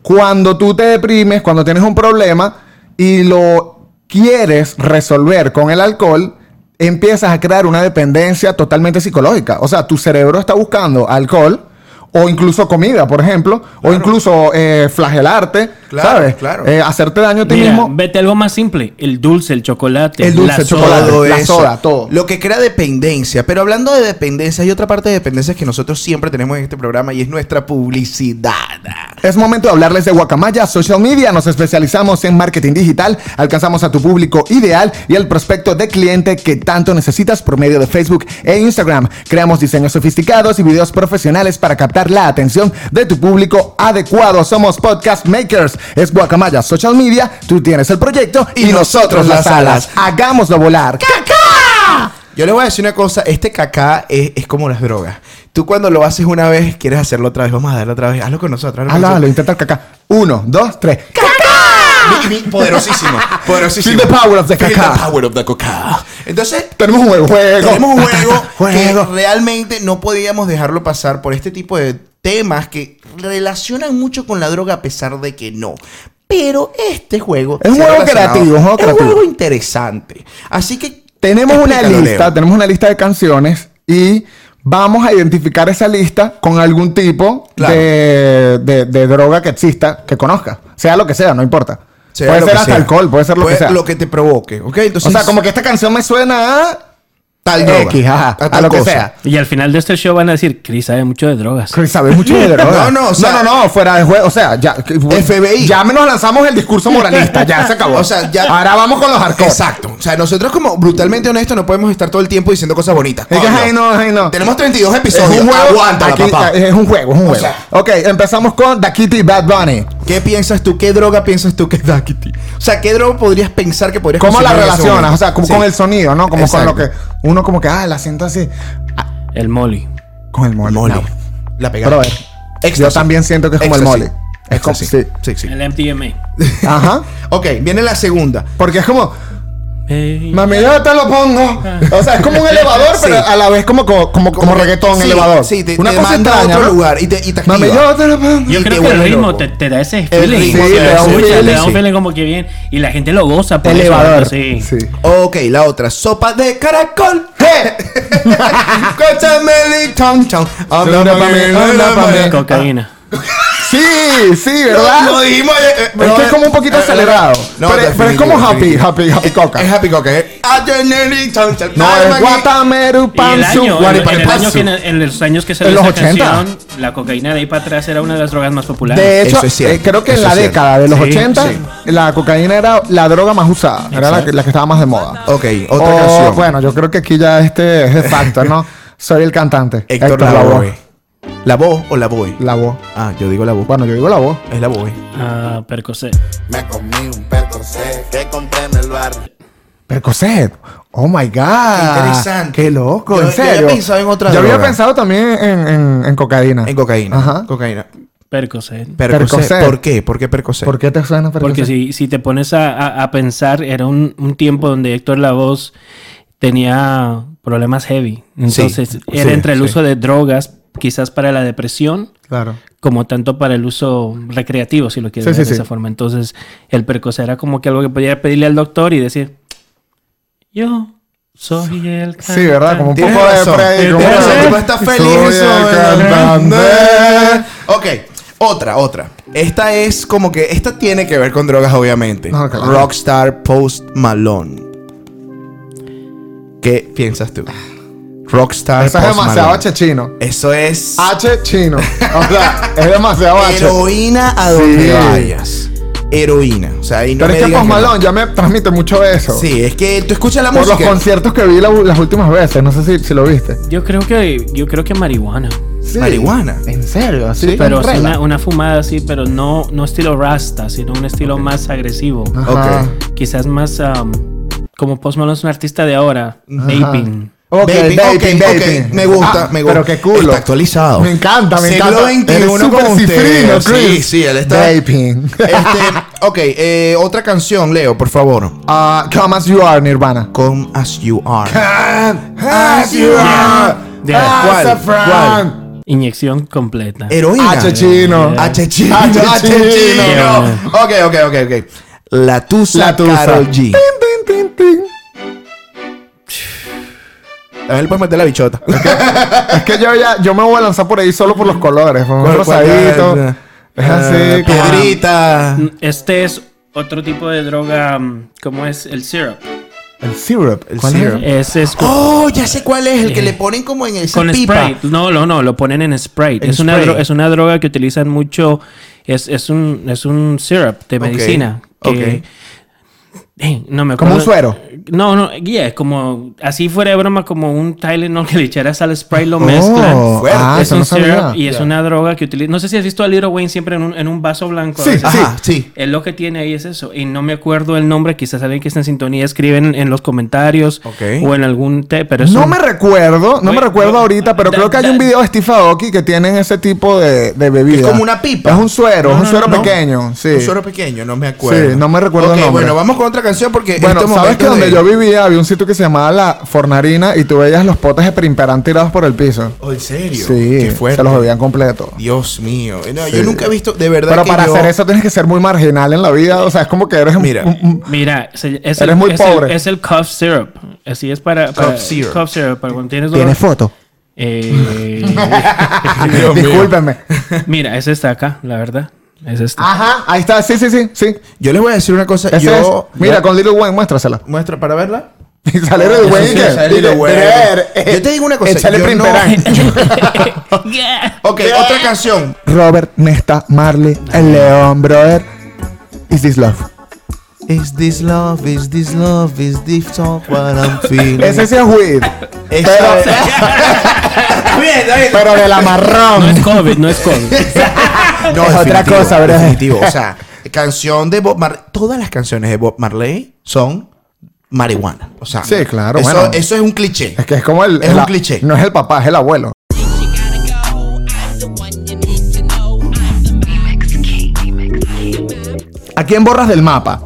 [SPEAKER 5] Cuando tú te deprimes, cuando tienes un problema y lo quieres resolver con el alcohol, empiezas a crear una dependencia totalmente psicológica. O sea, tu cerebro está buscando alcohol. O incluso comida, por ejemplo. O incluso eh, flagelarte.
[SPEAKER 3] Claro,
[SPEAKER 5] ¿Sabes?
[SPEAKER 3] claro.
[SPEAKER 5] Eh, hacerte daño a ti
[SPEAKER 2] Mira,
[SPEAKER 5] mismo.
[SPEAKER 2] vete a algo más simple, el dulce, el chocolate,
[SPEAKER 5] El dulce,
[SPEAKER 2] la
[SPEAKER 5] el
[SPEAKER 2] soda.
[SPEAKER 5] chocolate.
[SPEAKER 3] todo
[SPEAKER 5] la
[SPEAKER 3] eso.
[SPEAKER 5] soda, todo.
[SPEAKER 3] Lo que crea dependencia. Pero hablando de dependencia, hay otra parte de dependencia que nosotros siempre tenemos en este programa y es nuestra publicidad.
[SPEAKER 5] Es momento de hablarles de Guacamaya Social Media. Nos especializamos en marketing digital, alcanzamos a tu público ideal y el prospecto de cliente que tanto necesitas por medio de Facebook e Instagram. Creamos diseños sofisticados y videos profesionales para captar la atención de tu público adecuado. Somos podcast makers. Es Guacamaya Social Media. Tú tienes el proyecto y,
[SPEAKER 3] Y nosotros
[SPEAKER 5] nosotros las
[SPEAKER 3] las
[SPEAKER 5] alas.
[SPEAKER 3] alas.
[SPEAKER 5] Hagámoslo volar.
[SPEAKER 3] Yo le voy a decir una cosa, este cacá es, es como las drogas. Tú cuando lo haces una vez, quieres hacerlo otra vez, vamos a darle otra vez, hazlo con nosotros. hazlo con
[SPEAKER 5] Hazlo, hazlo,
[SPEAKER 3] nosotros.
[SPEAKER 5] intenta el cacá. Uno, dos, tres.
[SPEAKER 3] Mi- mi- poderosísimo, poderosísimo.
[SPEAKER 5] Ah. Feel the power of the
[SPEAKER 3] Feel
[SPEAKER 5] cacá.
[SPEAKER 3] the power of the cacá. Entonces,
[SPEAKER 5] Tenemos un juego.
[SPEAKER 3] tenemos un juego,
[SPEAKER 5] *laughs* Juego.
[SPEAKER 3] que realmente no podíamos dejarlo pasar por este tipo de temas que relacionan mucho con la droga a pesar de que no. Pero este juego
[SPEAKER 5] Es un
[SPEAKER 3] se ha
[SPEAKER 5] juego
[SPEAKER 3] relacionado-
[SPEAKER 5] creativo, un juego
[SPEAKER 3] es un
[SPEAKER 5] creativo.
[SPEAKER 3] juego interesante. Así que
[SPEAKER 5] Tenemos una
[SPEAKER 3] explícalo,
[SPEAKER 5] lista,
[SPEAKER 3] Este Leo.
[SPEAKER 5] tenemos una lista de canciones y vamos a identificar esa lista con algún tipo
[SPEAKER 3] Claro.
[SPEAKER 5] de, de- de droga que exista, que conozca. Sea lo que sea, no importa.
[SPEAKER 3] Sea
[SPEAKER 5] puede
[SPEAKER 3] lo
[SPEAKER 5] ser
[SPEAKER 3] que
[SPEAKER 5] hasta
[SPEAKER 3] sea.
[SPEAKER 5] alcohol, puede ser lo que sea.
[SPEAKER 3] Lo que te provoque, ¿ok? Entonces,
[SPEAKER 5] o sea, como que esta canción me suena a
[SPEAKER 3] tal droga,
[SPEAKER 5] X, ajá, a,
[SPEAKER 3] tal
[SPEAKER 5] lo que
[SPEAKER 3] cosa.
[SPEAKER 5] sea.
[SPEAKER 2] Y al final de este show van a decir, Chris sabe mucho de drogas.
[SPEAKER 5] Chris, Sabes mucho
[SPEAKER 3] *laughs*
[SPEAKER 5] de
[SPEAKER 3] No,
[SPEAKER 5] droga.
[SPEAKER 3] no, o sea-
[SPEAKER 5] no, no, no, fuera de juego. O sea, ya. FBI. Ya menos lanzamos el discurso moralista, ya se acabó.
[SPEAKER 3] O sea, ya-
[SPEAKER 5] Ahora vamos con los hardcore.
[SPEAKER 3] Exacto. O sea, nosotros como brutalmente honestos no podemos estar todo el tiempo diciendo cosas bonitas.
[SPEAKER 5] Es que,
[SPEAKER 3] Coño.
[SPEAKER 5] ay, no, ay, no.
[SPEAKER 3] Tenemos 32
[SPEAKER 5] Es
[SPEAKER 3] episodios.
[SPEAKER 5] un juego.
[SPEAKER 3] Aguántala,
[SPEAKER 5] aquí-
[SPEAKER 3] papá.
[SPEAKER 5] Es un juego, es un
[SPEAKER 3] O
[SPEAKER 5] juego.
[SPEAKER 3] sea-
[SPEAKER 5] ok, empezamos con Da Kitty y Bad Bunny.
[SPEAKER 3] ¿Qué piensas tú? ¿Qué droga piensas tú que es Duckity? O sea, ¿qué droga podrías pensar que podrías
[SPEAKER 5] ¿Cómo la
[SPEAKER 3] consumir en ese
[SPEAKER 5] relacionas?
[SPEAKER 3] momento?
[SPEAKER 5] O sea, como
[SPEAKER 3] Sí.
[SPEAKER 5] con el sonido, ¿no? Como con lo
[SPEAKER 3] Exacto.
[SPEAKER 5] que uno como que, ah, la siento así.
[SPEAKER 2] El molly.
[SPEAKER 5] con el mole.
[SPEAKER 3] Mole.
[SPEAKER 5] No.
[SPEAKER 3] La pegada.
[SPEAKER 5] Pero a ver, yo también siento que es como el mole. Es como,
[SPEAKER 3] sí.
[SPEAKER 5] sí.
[SPEAKER 3] Sí, sí.
[SPEAKER 2] El MTMA.
[SPEAKER 5] Ajá.
[SPEAKER 3] Ok, viene la segunda.
[SPEAKER 5] Porque es como,
[SPEAKER 2] Hey.
[SPEAKER 5] mami, yo te lo pongo. O sea, es como un elevador,
[SPEAKER 3] *laughs*
[SPEAKER 5] pero
[SPEAKER 3] Sí.
[SPEAKER 5] a la vez como, como, como, como reggaetón
[SPEAKER 3] sí,
[SPEAKER 5] elevador.
[SPEAKER 3] Sí, te,
[SPEAKER 5] Una
[SPEAKER 3] te
[SPEAKER 5] cosa
[SPEAKER 3] manda a
[SPEAKER 5] extraña,
[SPEAKER 3] otro
[SPEAKER 5] ¿no?
[SPEAKER 3] lugar y te, y te activa.
[SPEAKER 5] Mami, yo te lo pongo.
[SPEAKER 2] Yo creo
[SPEAKER 3] Y te
[SPEAKER 2] que el
[SPEAKER 3] vuelve
[SPEAKER 2] ritmo
[SPEAKER 3] loco.
[SPEAKER 2] te, te da ese
[SPEAKER 3] El
[SPEAKER 2] feeling.
[SPEAKER 3] ritmo
[SPEAKER 2] como
[SPEAKER 5] te
[SPEAKER 2] que
[SPEAKER 5] da
[SPEAKER 2] la
[SPEAKER 5] un
[SPEAKER 2] escuchas,
[SPEAKER 5] feeling,
[SPEAKER 2] te da un
[SPEAKER 5] sí.
[SPEAKER 2] feeling como que bien. Y la gente lo goza. Por eso,
[SPEAKER 5] Elevador.
[SPEAKER 2] sí.
[SPEAKER 5] Sí.
[SPEAKER 3] Ok, la otra. Sopa de caracol. *laughs* ¡Eh! Cochameli, chon, chon. Habla
[SPEAKER 5] Habla
[SPEAKER 3] pa'
[SPEAKER 5] pa'
[SPEAKER 3] mí,
[SPEAKER 5] mí,
[SPEAKER 3] habla pa'
[SPEAKER 5] habla pa'
[SPEAKER 3] mí.
[SPEAKER 5] mí.
[SPEAKER 2] Cocaína.
[SPEAKER 5] Ah, Sí, sí, ¿verdad?
[SPEAKER 3] Lo dijimos. eh, eh,
[SPEAKER 5] es
[SPEAKER 3] bro,
[SPEAKER 5] que es como un poquito
[SPEAKER 3] eh, eh,
[SPEAKER 5] acelerado.
[SPEAKER 3] no,
[SPEAKER 5] pero, pero es
[SPEAKER 3] definitivo,
[SPEAKER 5] como happy,
[SPEAKER 3] definitivo.
[SPEAKER 5] happy, happy coca.
[SPEAKER 3] Es happy coca. eh. Adrenaline, chon, chon.
[SPEAKER 5] no,
[SPEAKER 3] Ay,
[SPEAKER 5] es
[SPEAKER 3] maní.
[SPEAKER 5] guatameru
[SPEAKER 2] Y el año, en-
[SPEAKER 5] panzu,
[SPEAKER 2] en, el
[SPEAKER 5] guaripanzu.
[SPEAKER 2] año que- en los años que
[SPEAKER 5] En
[SPEAKER 2] salió
[SPEAKER 5] los
[SPEAKER 2] esa
[SPEAKER 5] 80.
[SPEAKER 2] canción, la cocaína de ahí para atrás era una de las drogas más populares.
[SPEAKER 5] De hecho,
[SPEAKER 3] Eso es cierto,
[SPEAKER 5] eh, creo que en
[SPEAKER 3] eso
[SPEAKER 5] la
[SPEAKER 3] es cierto.
[SPEAKER 5] década de los
[SPEAKER 2] Sí,
[SPEAKER 5] 80,
[SPEAKER 2] sí.
[SPEAKER 5] la cocaína era la droga más usada, era la que,
[SPEAKER 2] Exacto.
[SPEAKER 5] la que estaba más de moda.
[SPEAKER 3] Ok, otra
[SPEAKER 5] O,
[SPEAKER 3] canción.
[SPEAKER 5] Bueno, yo creo que aquí ya este es de
[SPEAKER 3] *laughs*
[SPEAKER 5] facto, ¿no? Soy el cantante.
[SPEAKER 3] Héctor Lavoe. ¿La voz o la voy?
[SPEAKER 5] La voz.
[SPEAKER 3] Ah, yo digo la voz.
[SPEAKER 5] Bueno, yo digo la voz.
[SPEAKER 3] Es la voz.
[SPEAKER 2] Ah, Percocet.
[SPEAKER 8] Me comí un peto C que compré en el barrio.
[SPEAKER 5] Percocet. Oh my God. Qué
[SPEAKER 3] interesante.
[SPEAKER 5] Qué loco,
[SPEAKER 3] Yo-
[SPEAKER 5] en
[SPEAKER 3] yo había
[SPEAKER 5] serio.
[SPEAKER 3] pensado en otra
[SPEAKER 5] Yo había
[SPEAKER 3] droga.
[SPEAKER 5] pensado también en, en- en cocaína.
[SPEAKER 3] En cocaína.
[SPEAKER 5] Ajá.
[SPEAKER 3] Cocaína.
[SPEAKER 2] Percocet.
[SPEAKER 3] Percocet.
[SPEAKER 5] Percocet.
[SPEAKER 3] ¿Por qué? ¿Por qué Percocet?
[SPEAKER 5] ¿Por qué te suena Percocet?
[SPEAKER 2] Porque si, si te pones a, a- a pensar, era un, un tiempo donde Héctor Lavoz tenía problemas heavy. Entonces, era
[SPEAKER 3] sí,
[SPEAKER 2] entre el
[SPEAKER 3] sí.
[SPEAKER 2] uso de drogas, quizás para la depresión,
[SPEAKER 5] Claro.
[SPEAKER 2] como tanto para el uso recreativo, si lo quieres
[SPEAKER 5] Sí,
[SPEAKER 2] ver
[SPEAKER 5] sí,
[SPEAKER 2] de
[SPEAKER 5] sí.
[SPEAKER 2] esa forma. Entonces, el percocet era como que algo que podía pedirle al doctor y decir, yo soy el
[SPEAKER 5] Sí, ¿verdad? Como un
[SPEAKER 3] Tienes
[SPEAKER 5] poco de
[SPEAKER 3] razón.
[SPEAKER 5] Freddy. como
[SPEAKER 3] Tienes
[SPEAKER 5] de-
[SPEAKER 3] razón, el tipo está feliz. soy
[SPEAKER 5] Soy el
[SPEAKER 3] el
[SPEAKER 5] cantante.
[SPEAKER 3] grande. Ok, otra, otra. Esta es como que. Esta tiene que ver con drogas, obviamente.
[SPEAKER 5] No, claro.
[SPEAKER 3] Rockstar Post Malone. ¿Qué piensas tú? Rockstar
[SPEAKER 5] Eso es
[SPEAKER 3] Post
[SPEAKER 5] demasiado
[SPEAKER 3] Malone.
[SPEAKER 5] H chino.
[SPEAKER 3] Eso es.
[SPEAKER 5] H chino.
[SPEAKER 3] *laughs*
[SPEAKER 5] O sea, es demasiado H.
[SPEAKER 3] Heroína a donde
[SPEAKER 5] Sí.
[SPEAKER 3] vayas. Heroína. O sea, ahí no
[SPEAKER 5] Pero
[SPEAKER 3] me
[SPEAKER 5] es que
[SPEAKER 3] digas
[SPEAKER 5] Post
[SPEAKER 3] no.
[SPEAKER 5] Malone ya me transmite mucho eso.
[SPEAKER 3] Sí, es que tú escuchas la
[SPEAKER 5] Por los
[SPEAKER 3] música.
[SPEAKER 5] conciertos que vi la- las últimas veces. No sé si, si lo viste.
[SPEAKER 2] Yo creo que, yo creo que marihuana.
[SPEAKER 5] Sí.
[SPEAKER 3] Marihuana.
[SPEAKER 5] ¿En serio? Así tan
[SPEAKER 2] Pero sí,
[SPEAKER 5] rela.
[SPEAKER 2] una, una fumada así, pero no, no estilo rasta, sino un estilo más agresivo.
[SPEAKER 5] Ajá.
[SPEAKER 3] Ok.
[SPEAKER 2] Quizás más am, como Post Malone es un artista de ahora, vaping.
[SPEAKER 5] Ok,
[SPEAKER 3] Vaping,
[SPEAKER 5] vaping,
[SPEAKER 3] ok, ok.
[SPEAKER 5] vaping.
[SPEAKER 3] Me gusta,
[SPEAKER 5] Ah,
[SPEAKER 3] me gusta.
[SPEAKER 5] Pero qué culo.
[SPEAKER 3] Está actualizado.
[SPEAKER 5] Me encanta, me
[SPEAKER 3] Siglo
[SPEAKER 5] encanta.
[SPEAKER 3] XXI
[SPEAKER 5] Eres súper
[SPEAKER 3] con ustedes.
[SPEAKER 5] cifrino, Chris.
[SPEAKER 3] Sí, sí, él está- *laughs*
[SPEAKER 5] Vaping.
[SPEAKER 3] Este, ok, eh, otra canción, Leo, por favor.
[SPEAKER 5] Ah, Come As You Are, Nirvana.
[SPEAKER 3] Come as you are.
[SPEAKER 5] *laughs* As You Are.
[SPEAKER 2] Yeah.
[SPEAKER 3] ¿Cuál?
[SPEAKER 5] As a friend.
[SPEAKER 2] Inyección completa.
[SPEAKER 3] Heroína.
[SPEAKER 5] H chino.
[SPEAKER 3] H chino.
[SPEAKER 5] H chino.
[SPEAKER 3] H chino. Ok, ok, ok, ok. La Tusa,
[SPEAKER 5] La Tusa.
[SPEAKER 3] Karol G.
[SPEAKER 5] Tin, tin, tin, tin.
[SPEAKER 3] También le puedes meter la bichota.
[SPEAKER 5] Es que yo ya, yo me voy a lanzar por ahí solo por los colores. por Un
[SPEAKER 3] ¿Cuál, cuál, Ah,
[SPEAKER 5] rosadito.
[SPEAKER 3] cuál?
[SPEAKER 5] Es así. como-
[SPEAKER 3] Piedrita.
[SPEAKER 2] Este es otro tipo de droga, am, ¿cómo es? El syrup.
[SPEAKER 5] El syrup. El
[SPEAKER 3] ¿Cuál es?
[SPEAKER 5] syrup.
[SPEAKER 2] Ese es con,
[SPEAKER 3] Oh, ya sé cuál es. El que le ponen como en el
[SPEAKER 2] con
[SPEAKER 3] pipa.
[SPEAKER 2] Sprite. No, no, no, lo ponen en Sprite.
[SPEAKER 3] En
[SPEAKER 2] es, Una
[SPEAKER 3] Sprite.
[SPEAKER 2] dro- es una droga que utilizan mucho. Es, es un, es un syrup de medicina. que-
[SPEAKER 3] ok.
[SPEAKER 2] Eh, no me acuerdo.
[SPEAKER 5] Como un suero.
[SPEAKER 2] No, no, yeah, como así fuera de broma, como un Tylenol que le echaras al Sprite lo mezclan.
[SPEAKER 5] Oh,
[SPEAKER 3] Fuerte.
[SPEAKER 5] ah,
[SPEAKER 2] es
[SPEAKER 5] eso
[SPEAKER 2] un
[SPEAKER 5] no sabía.
[SPEAKER 2] syrup y es una droga que utiliza. No sé si has visto a Little Wayne siempre en un, en un vaso blanco. a
[SPEAKER 5] Sí,
[SPEAKER 2] veces.
[SPEAKER 3] Ajá, sí.
[SPEAKER 2] Él lo que tiene ahí es eso. Y no me acuerdo el nombre. Quizás alguien que está en sintonía escribe en, en los comentarios
[SPEAKER 3] Ok.
[SPEAKER 2] o en algún té, pero es
[SPEAKER 5] No
[SPEAKER 2] un-
[SPEAKER 5] me recuerdo, no me
[SPEAKER 2] Oye,
[SPEAKER 5] recuerdo
[SPEAKER 2] no,
[SPEAKER 5] ahorita, pero
[SPEAKER 2] da-
[SPEAKER 5] creo que hay
[SPEAKER 2] da-
[SPEAKER 5] un video de Steve Aoki que tienen ese tipo de, de bebida.
[SPEAKER 3] Es como una pipa.
[SPEAKER 5] Es un suero,
[SPEAKER 3] No,
[SPEAKER 5] es un
[SPEAKER 3] no,
[SPEAKER 5] suero
[SPEAKER 3] no, no.
[SPEAKER 5] pequeño. Sí.
[SPEAKER 3] Un suero pequeño, no me acuerdo.
[SPEAKER 5] Sí, no me recuerdo el
[SPEAKER 3] Ok,
[SPEAKER 5] nombre.
[SPEAKER 3] bueno, vamos con otra canción porque.
[SPEAKER 5] Bueno,
[SPEAKER 3] estos
[SPEAKER 5] sabes que
[SPEAKER 3] momentos
[SPEAKER 5] donde
[SPEAKER 3] este de-
[SPEAKER 5] yo vivía había un sitio que se llamaba La Fornarina y tú veías los potes de primperán tirados por el piso.
[SPEAKER 3] Oh, ¿En serio?
[SPEAKER 5] Sí,
[SPEAKER 3] Qué fuerte.
[SPEAKER 5] se los bebían completo.
[SPEAKER 3] Dios mío. No,
[SPEAKER 5] Sí.
[SPEAKER 3] Yo nunca he visto, de verdad.
[SPEAKER 5] Pero
[SPEAKER 3] que
[SPEAKER 5] para
[SPEAKER 3] yo-
[SPEAKER 5] hacer eso tienes que ser muy marginal en la vida. O sea, es como que eres un-
[SPEAKER 3] Mira.
[SPEAKER 5] un- un-
[SPEAKER 2] Mira, se- es,
[SPEAKER 5] Eres
[SPEAKER 2] el,
[SPEAKER 5] muy
[SPEAKER 2] es
[SPEAKER 5] pobre.
[SPEAKER 2] El, es el cough syrup. Así es para. para
[SPEAKER 3] Cough syrup.
[SPEAKER 2] Cough syrup. Para cuando tienes dolor.
[SPEAKER 5] ¿Tienes foto?
[SPEAKER 3] *laughs*
[SPEAKER 2] Eh,
[SPEAKER 3] Dios mío.
[SPEAKER 5] Discúlpenme.
[SPEAKER 3] *laughs*
[SPEAKER 2] mira, ese está acá, la verdad. Es este.
[SPEAKER 5] Ajá, ahí está. Sí, sí, sí. sí.
[SPEAKER 3] Yo les voy a decir una cosa.
[SPEAKER 5] Ese
[SPEAKER 3] yo.
[SPEAKER 5] es. Mira,
[SPEAKER 3] yo-
[SPEAKER 5] con Little Wayne, muéstrasela.
[SPEAKER 3] Muestra para verla.
[SPEAKER 5] Y *laughs* sale Little
[SPEAKER 3] Eso
[SPEAKER 5] Wayne.
[SPEAKER 3] sí,
[SPEAKER 5] y que-
[SPEAKER 3] sale Little
[SPEAKER 5] y que-
[SPEAKER 3] Wayne.
[SPEAKER 5] ver, eh,
[SPEAKER 3] Yo te digo una cosa, yo
[SPEAKER 5] Échale
[SPEAKER 3] no-
[SPEAKER 5] primperán.
[SPEAKER 3] Ok, otra canción.
[SPEAKER 5] *laughs* Robert, Nesta, Marley, el León, brother. Is this love?
[SPEAKER 3] Is this love, is this love, is this song what I'm feeling?
[SPEAKER 5] Ese sí es weed.
[SPEAKER 3] Eso-
[SPEAKER 5] pero-
[SPEAKER 3] Está *laughs* bien, está bien.
[SPEAKER 5] Pero de la marrón.
[SPEAKER 2] No es COVID, no es COVID.
[SPEAKER 3] No,
[SPEAKER 5] Es otra
[SPEAKER 3] definitivo,
[SPEAKER 5] cosa, ¿verdad?
[SPEAKER 3] Definitivo. O sea, *laughs* canción de Bob Marley. Todas las canciones de Bob Marley son marihuana. O sea,
[SPEAKER 5] Sí, claro,
[SPEAKER 3] Eso,
[SPEAKER 5] bueno.
[SPEAKER 3] eso es un cliché.
[SPEAKER 5] Es que es como el.
[SPEAKER 3] Es
[SPEAKER 5] el-
[SPEAKER 3] un cliché.
[SPEAKER 5] No es el papá, es el abuelo.
[SPEAKER 9] She got a
[SPEAKER 5] quién borras del mapa?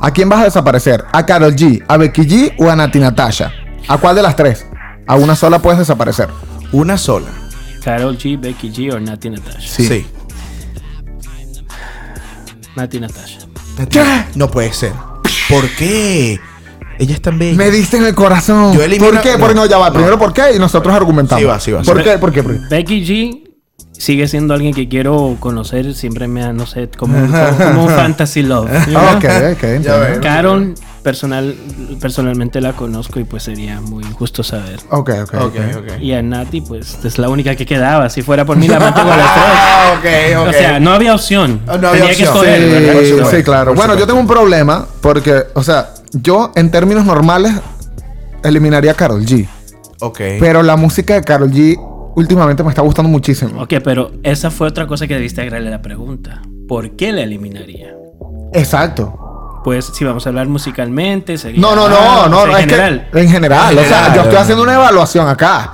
[SPEAKER 5] ¿A quién vas a desaparecer? ¿A Carol G? ¿A Becky G o a Nati Natasha? ¿A cuál de las tres? A una sola puedes desaparecer.
[SPEAKER 3] Una sola.
[SPEAKER 2] Carol G, Becky G o Nati Natasha.
[SPEAKER 3] Sí.
[SPEAKER 2] Nati Natasha.
[SPEAKER 3] No puede ser. ¿Por qué? Ella es tan bella.
[SPEAKER 5] Me diste en el corazón.
[SPEAKER 3] Yo elimino-
[SPEAKER 5] ¿Por qué? Porque no, ya va.
[SPEAKER 3] no.
[SPEAKER 5] Primero, ¿por qué? Y nosotros argumentamos.
[SPEAKER 3] Sí va, sí va, sí
[SPEAKER 5] ¿Por
[SPEAKER 3] va.
[SPEAKER 5] qué? ¿Por qué? *laughs* ¿Por qué?
[SPEAKER 2] Becky G sigue siendo alguien que quiero conocer. Siempre me ha, no sé, como, como, como un fantasy
[SPEAKER 5] *laughs*
[SPEAKER 2] love. you know?
[SPEAKER 5] Ah, ok, ok. entiendo.
[SPEAKER 2] Carol, personal, personalmente la conozco y pues sería muy injusto saber.
[SPEAKER 5] Ok, ok.
[SPEAKER 3] Ok,
[SPEAKER 5] ok.
[SPEAKER 3] ok.
[SPEAKER 2] Y a Nati, pues es la única que quedaba. Si fuera por mí, la mato con las
[SPEAKER 5] *laughs*
[SPEAKER 2] tres.
[SPEAKER 3] Ah, ok, ok.
[SPEAKER 2] O sea, no había opción.
[SPEAKER 3] Ah, no había
[SPEAKER 2] Tenía que
[SPEAKER 3] opción.
[SPEAKER 2] escoger.
[SPEAKER 5] Sí,
[SPEAKER 2] ¿verdad?
[SPEAKER 3] por supuesto,
[SPEAKER 5] sí, claro.
[SPEAKER 3] por
[SPEAKER 5] Bueno, yo
[SPEAKER 3] supuesto.
[SPEAKER 5] tengo un problema porque, o sea, yo en términos normales eliminaría a Carol G.
[SPEAKER 3] ok.
[SPEAKER 5] Pero la música de Carol G últimamente me está gustando muchísimo.
[SPEAKER 2] Ok, pero esa fue otra cosa que debiste agregarle a la pregunta. ¿Por qué la eliminaría?
[SPEAKER 5] Exacto.
[SPEAKER 2] Pues si vamos a hablar musicalmente, sería.
[SPEAKER 5] No, no, no,
[SPEAKER 2] Ah,
[SPEAKER 5] no,
[SPEAKER 2] o sea,
[SPEAKER 5] es
[SPEAKER 2] en general.
[SPEAKER 5] que en general, o sea,
[SPEAKER 3] general.
[SPEAKER 5] yo estoy haciendo una evaluación acá,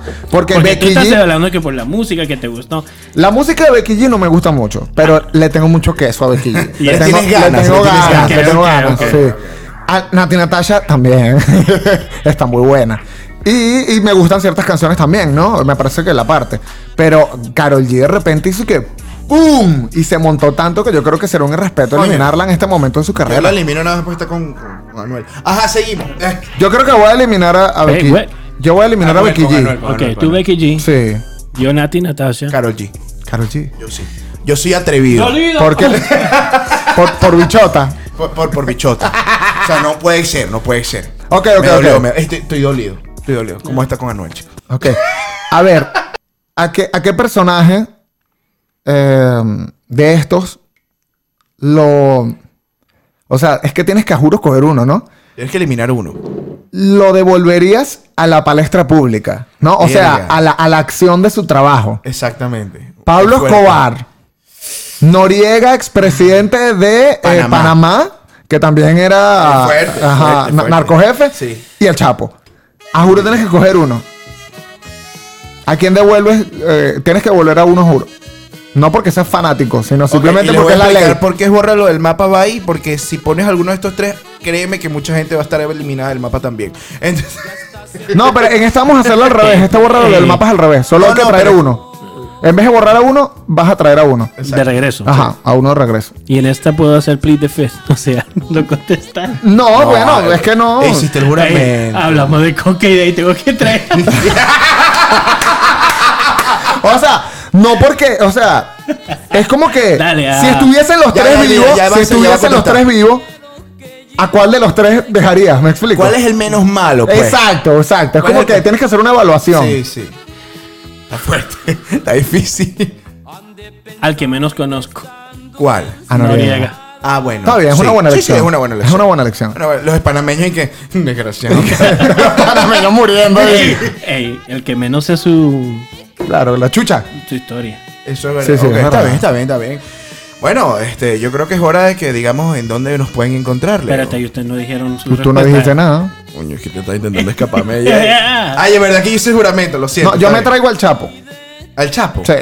[SPEAKER 2] Porque
[SPEAKER 5] porque,
[SPEAKER 2] tú
[SPEAKER 5] Becky
[SPEAKER 2] estás
[SPEAKER 5] G,
[SPEAKER 2] hablando que por la música que te gustó.
[SPEAKER 5] la música de Becky G no me gusta mucho, pero le tengo mucho queso a Becky G.
[SPEAKER 2] Y le
[SPEAKER 5] tengo,
[SPEAKER 3] tienes ganas,
[SPEAKER 5] le tengo
[SPEAKER 3] le tienes
[SPEAKER 2] ganas.
[SPEAKER 5] ganas, le tengo
[SPEAKER 2] Ok, ok,
[SPEAKER 5] ganas,
[SPEAKER 2] ok,
[SPEAKER 5] sí. A Nati Natasha también *laughs* está muy buena. Y, y me gustan ciertas canciones también, ¿no? Me parece que la parte. Pero Carol G de repente hizo que ¡Pum! Y se montó tanto que yo creo que será un irrespeto
[SPEAKER 3] Oye.
[SPEAKER 5] eliminarla en este momento de su
[SPEAKER 3] Yo
[SPEAKER 5] carrera.
[SPEAKER 3] la elimino nada más porque está con, con Manuel. Ajá, seguimos. Eh,
[SPEAKER 5] Yo creo que voy a eliminar a, a
[SPEAKER 2] Hey,
[SPEAKER 5] Becky.
[SPEAKER 2] güey.
[SPEAKER 5] Yo voy a eliminar a
[SPEAKER 3] Manuel,
[SPEAKER 5] Becky
[SPEAKER 3] con Manuel,
[SPEAKER 5] G.
[SPEAKER 3] con
[SPEAKER 2] Ok,
[SPEAKER 3] Manuel,
[SPEAKER 2] tú
[SPEAKER 3] con Manuel.
[SPEAKER 2] Becky G,
[SPEAKER 5] Sí.
[SPEAKER 2] yo Nati Natasha.
[SPEAKER 3] Carol G.
[SPEAKER 5] Carol G.
[SPEAKER 3] Yo sí. Yo soy atrevido.
[SPEAKER 2] ¡Dolido!
[SPEAKER 5] ¿Por
[SPEAKER 2] *laughs*
[SPEAKER 5] qué? *laughs* por, por bichota.
[SPEAKER 3] Por, por, por bichota. o sea, no puede ser, no puede ser.
[SPEAKER 5] Ok, ok,
[SPEAKER 3] Me
[SPEAKER 5] ok.
[SPEAKER 3] dolió, me- estoy, estoy dolido. Estoy dolido. ¿Cómo está con Anuel, chico?
[SPEAKER 5] Ok. A ver, ¿a qué, a qué personaje eh, de estos lo. O sea, es que tienes que a juro coger uno, ¿no?
[SPEAKER 3] Tienes que eliminar uno.
[SPEAKER 5] Lo devolverías a la palestra pública, ¿no? O sea,
[SPEAKER 3] Verga.
[SPEAKER 5] a la, a la acción de su trabajo.
[SPEAKER 3] Exactamente.
[SPEAKER 5] Pablo
[SPEAKER 3] Fuerte.
[SPEAKER 5] Escobar, Noriega, expresidente de eh, Panamá.
[SPEAKER 3] Panamá.
[SPEAKER 5] que también era
[SPEAKER 3] Fuerte,
[SPEAKER 5] ajá,
[SPEAKER 3] fuerte,
[SPEAKER 5] na-
[SPEAKER 3] fuerte.
[SPEAKER 5] narcojefe,
[SPEAKER 3] Sí.
[SPEAKER 5] y el Chapo. A juro tienes que coger uno. ¿A quién devuelves? Eh, tienes que volver a uno, juro. No porque seas fanático, sino
[SPEAKER 3] Ok, y
[SPEAKER 5] simplemente
[SPEAKER 3] les
[SPEAKER 5] porque es
[SPEAKER 3] voy a
[SPEAKER 5] la ley.
[SPEAKER 3] explicar ¿Por qué es borrarlo del mapa va ahí? Porque si pones alguno de estos tres, créeme que mucha gente va a estar eliminada del mapa también. *laughs* Entonces,
[SPEAKER 5] No, pero en esta vamos a hacerlo
[SPEAKER 3] *laughs*
[SPEAKER 5] al revés. Este borrado del mapa es al revés. Solo
[SPEAKER 3] No,
[SPEAKER 5] hay que
[SPEAKER 3] no,
[SPEAKER 5] traer
[SPEAKER 3] pero-
[SPEAKER 5] uno. En vez de borrar a uno, vas a traer a uno.
[SPEAKER 2] De regreso.
[SPEAKER 5] Ajá, a uno de regreso.
[SPEAKER 2] Y en esta puedo hacer plead the fifth. *laughs* O sea, no contestar.
[SPEAKER 5] No, bueno, es que no.
[SPEAKER 3] Hiciste Ah, el
[SPEAKER 2] Ey,
[SPEAKER 3] juramento.
[SPEAKER 2] hablamos de coca y de ahí tengo que traer.
[SPEAKER 5] *laughs* O sea, no porque, o sea, es como que
[SPEAKER 2] Dale, ah.
[SPEAKER 5] si estuviesen los
[SPEAKER 3] Ya,
[SPEAKER 5] tres
[SPEAKER 3] ya, ya,
[SPEAKER 5] vivos,
[SPEAKER 3] ya, ya va, ya
[SPEAKER 5] si
[SPEAKER 3] va a
[SPEAKER 5] estuviesen los
[SPEAKER 3] contestar.
[SPEAKER 5] tres vivos, ¿a cuál de los tres dejarías? ¿Me explico?
[SPEAKER 3] ¿cuál es el menos malo? Pues?
[SPEAKER 5] Exacto, exacto. Es
[SPEAKER 3] ¿Cuál
[SPEAKER 5] como
[SPEAKER 3] es
[SPEAKER 5] que
[SPEAKER 3] el- pues?
[SPEAKER 5] tienes que hacer una evaluación.
[SPEAKER 3] Sí, sí. Está
[SPEAKER 5] *laughs*
[SPEAKER 3] fuerte. Está difícil.
[SPEAKER 2] Al que menos conozco.
[SPEAKER 3] ¿Cuál?
[SPEAKER 5] Ah, no, bien.
[SPEAKER 2] Noriega.
[SPEAKER 3] Ah, bueno.
[SPEAKER 5] Está bien, es
[SPEAKER 3] Sí.
[SPEAKER 5] una buena
[SPEAKER 3] Sí,
[SPEAKER 5] elección.
[SPEAKER 3] Sí, es una buena elección.
[SPEAKER 5] Es una buena elección.
[SPEAKER 3] Bueno, bueno, los panameños y que. *laughs*
[SPEAKER 5] *laughs*
[SPEAKER 3] Desgraciado.
[SPEAKER 5] Panameño muriendo *laughs* ahí.
[SPEAKER 2] Ey, el que menos sé su,
[SPEAKER 5] Claro, la chucha.
[SPEAKER 2] su historia.
[SPEAKER 3] *laughs* Eso es verdad.
[SPEAKER 5] Sí, sí,
[SPEAKER 3] Ok,
[SPEAKER 5] es
[SPEAKER 3] está
[SPEAKER 5] verdad.
[SPEAKER 3] bien, está bien, está bien. Bueno, este, yo creo que es hora de que digamos en dónde nos pueden encontrar. Leo.
[SPEAKER 2] Espérate, y ustedes no dijeron su
[SPEAKER 5] Tú, tú no
[SPEAKER 2] respuesta.
[SPEAKER 5] dijiste nada.
[SPEAKER 3] Coño, es que te está intentando escaparme. ya. *laughs* Ay, es verdad que yo hice juramento, lo siento.
[SPEAKER 5] No, yo
[SPEAKER 3] está
[SPEAKER 5] me
[SPEAKER 3] bien.
[SPEAKER 5] traigo al Chapo.
[SPEAKER 3] ¿Al Chapo?
[SPEAKER 5] Sí.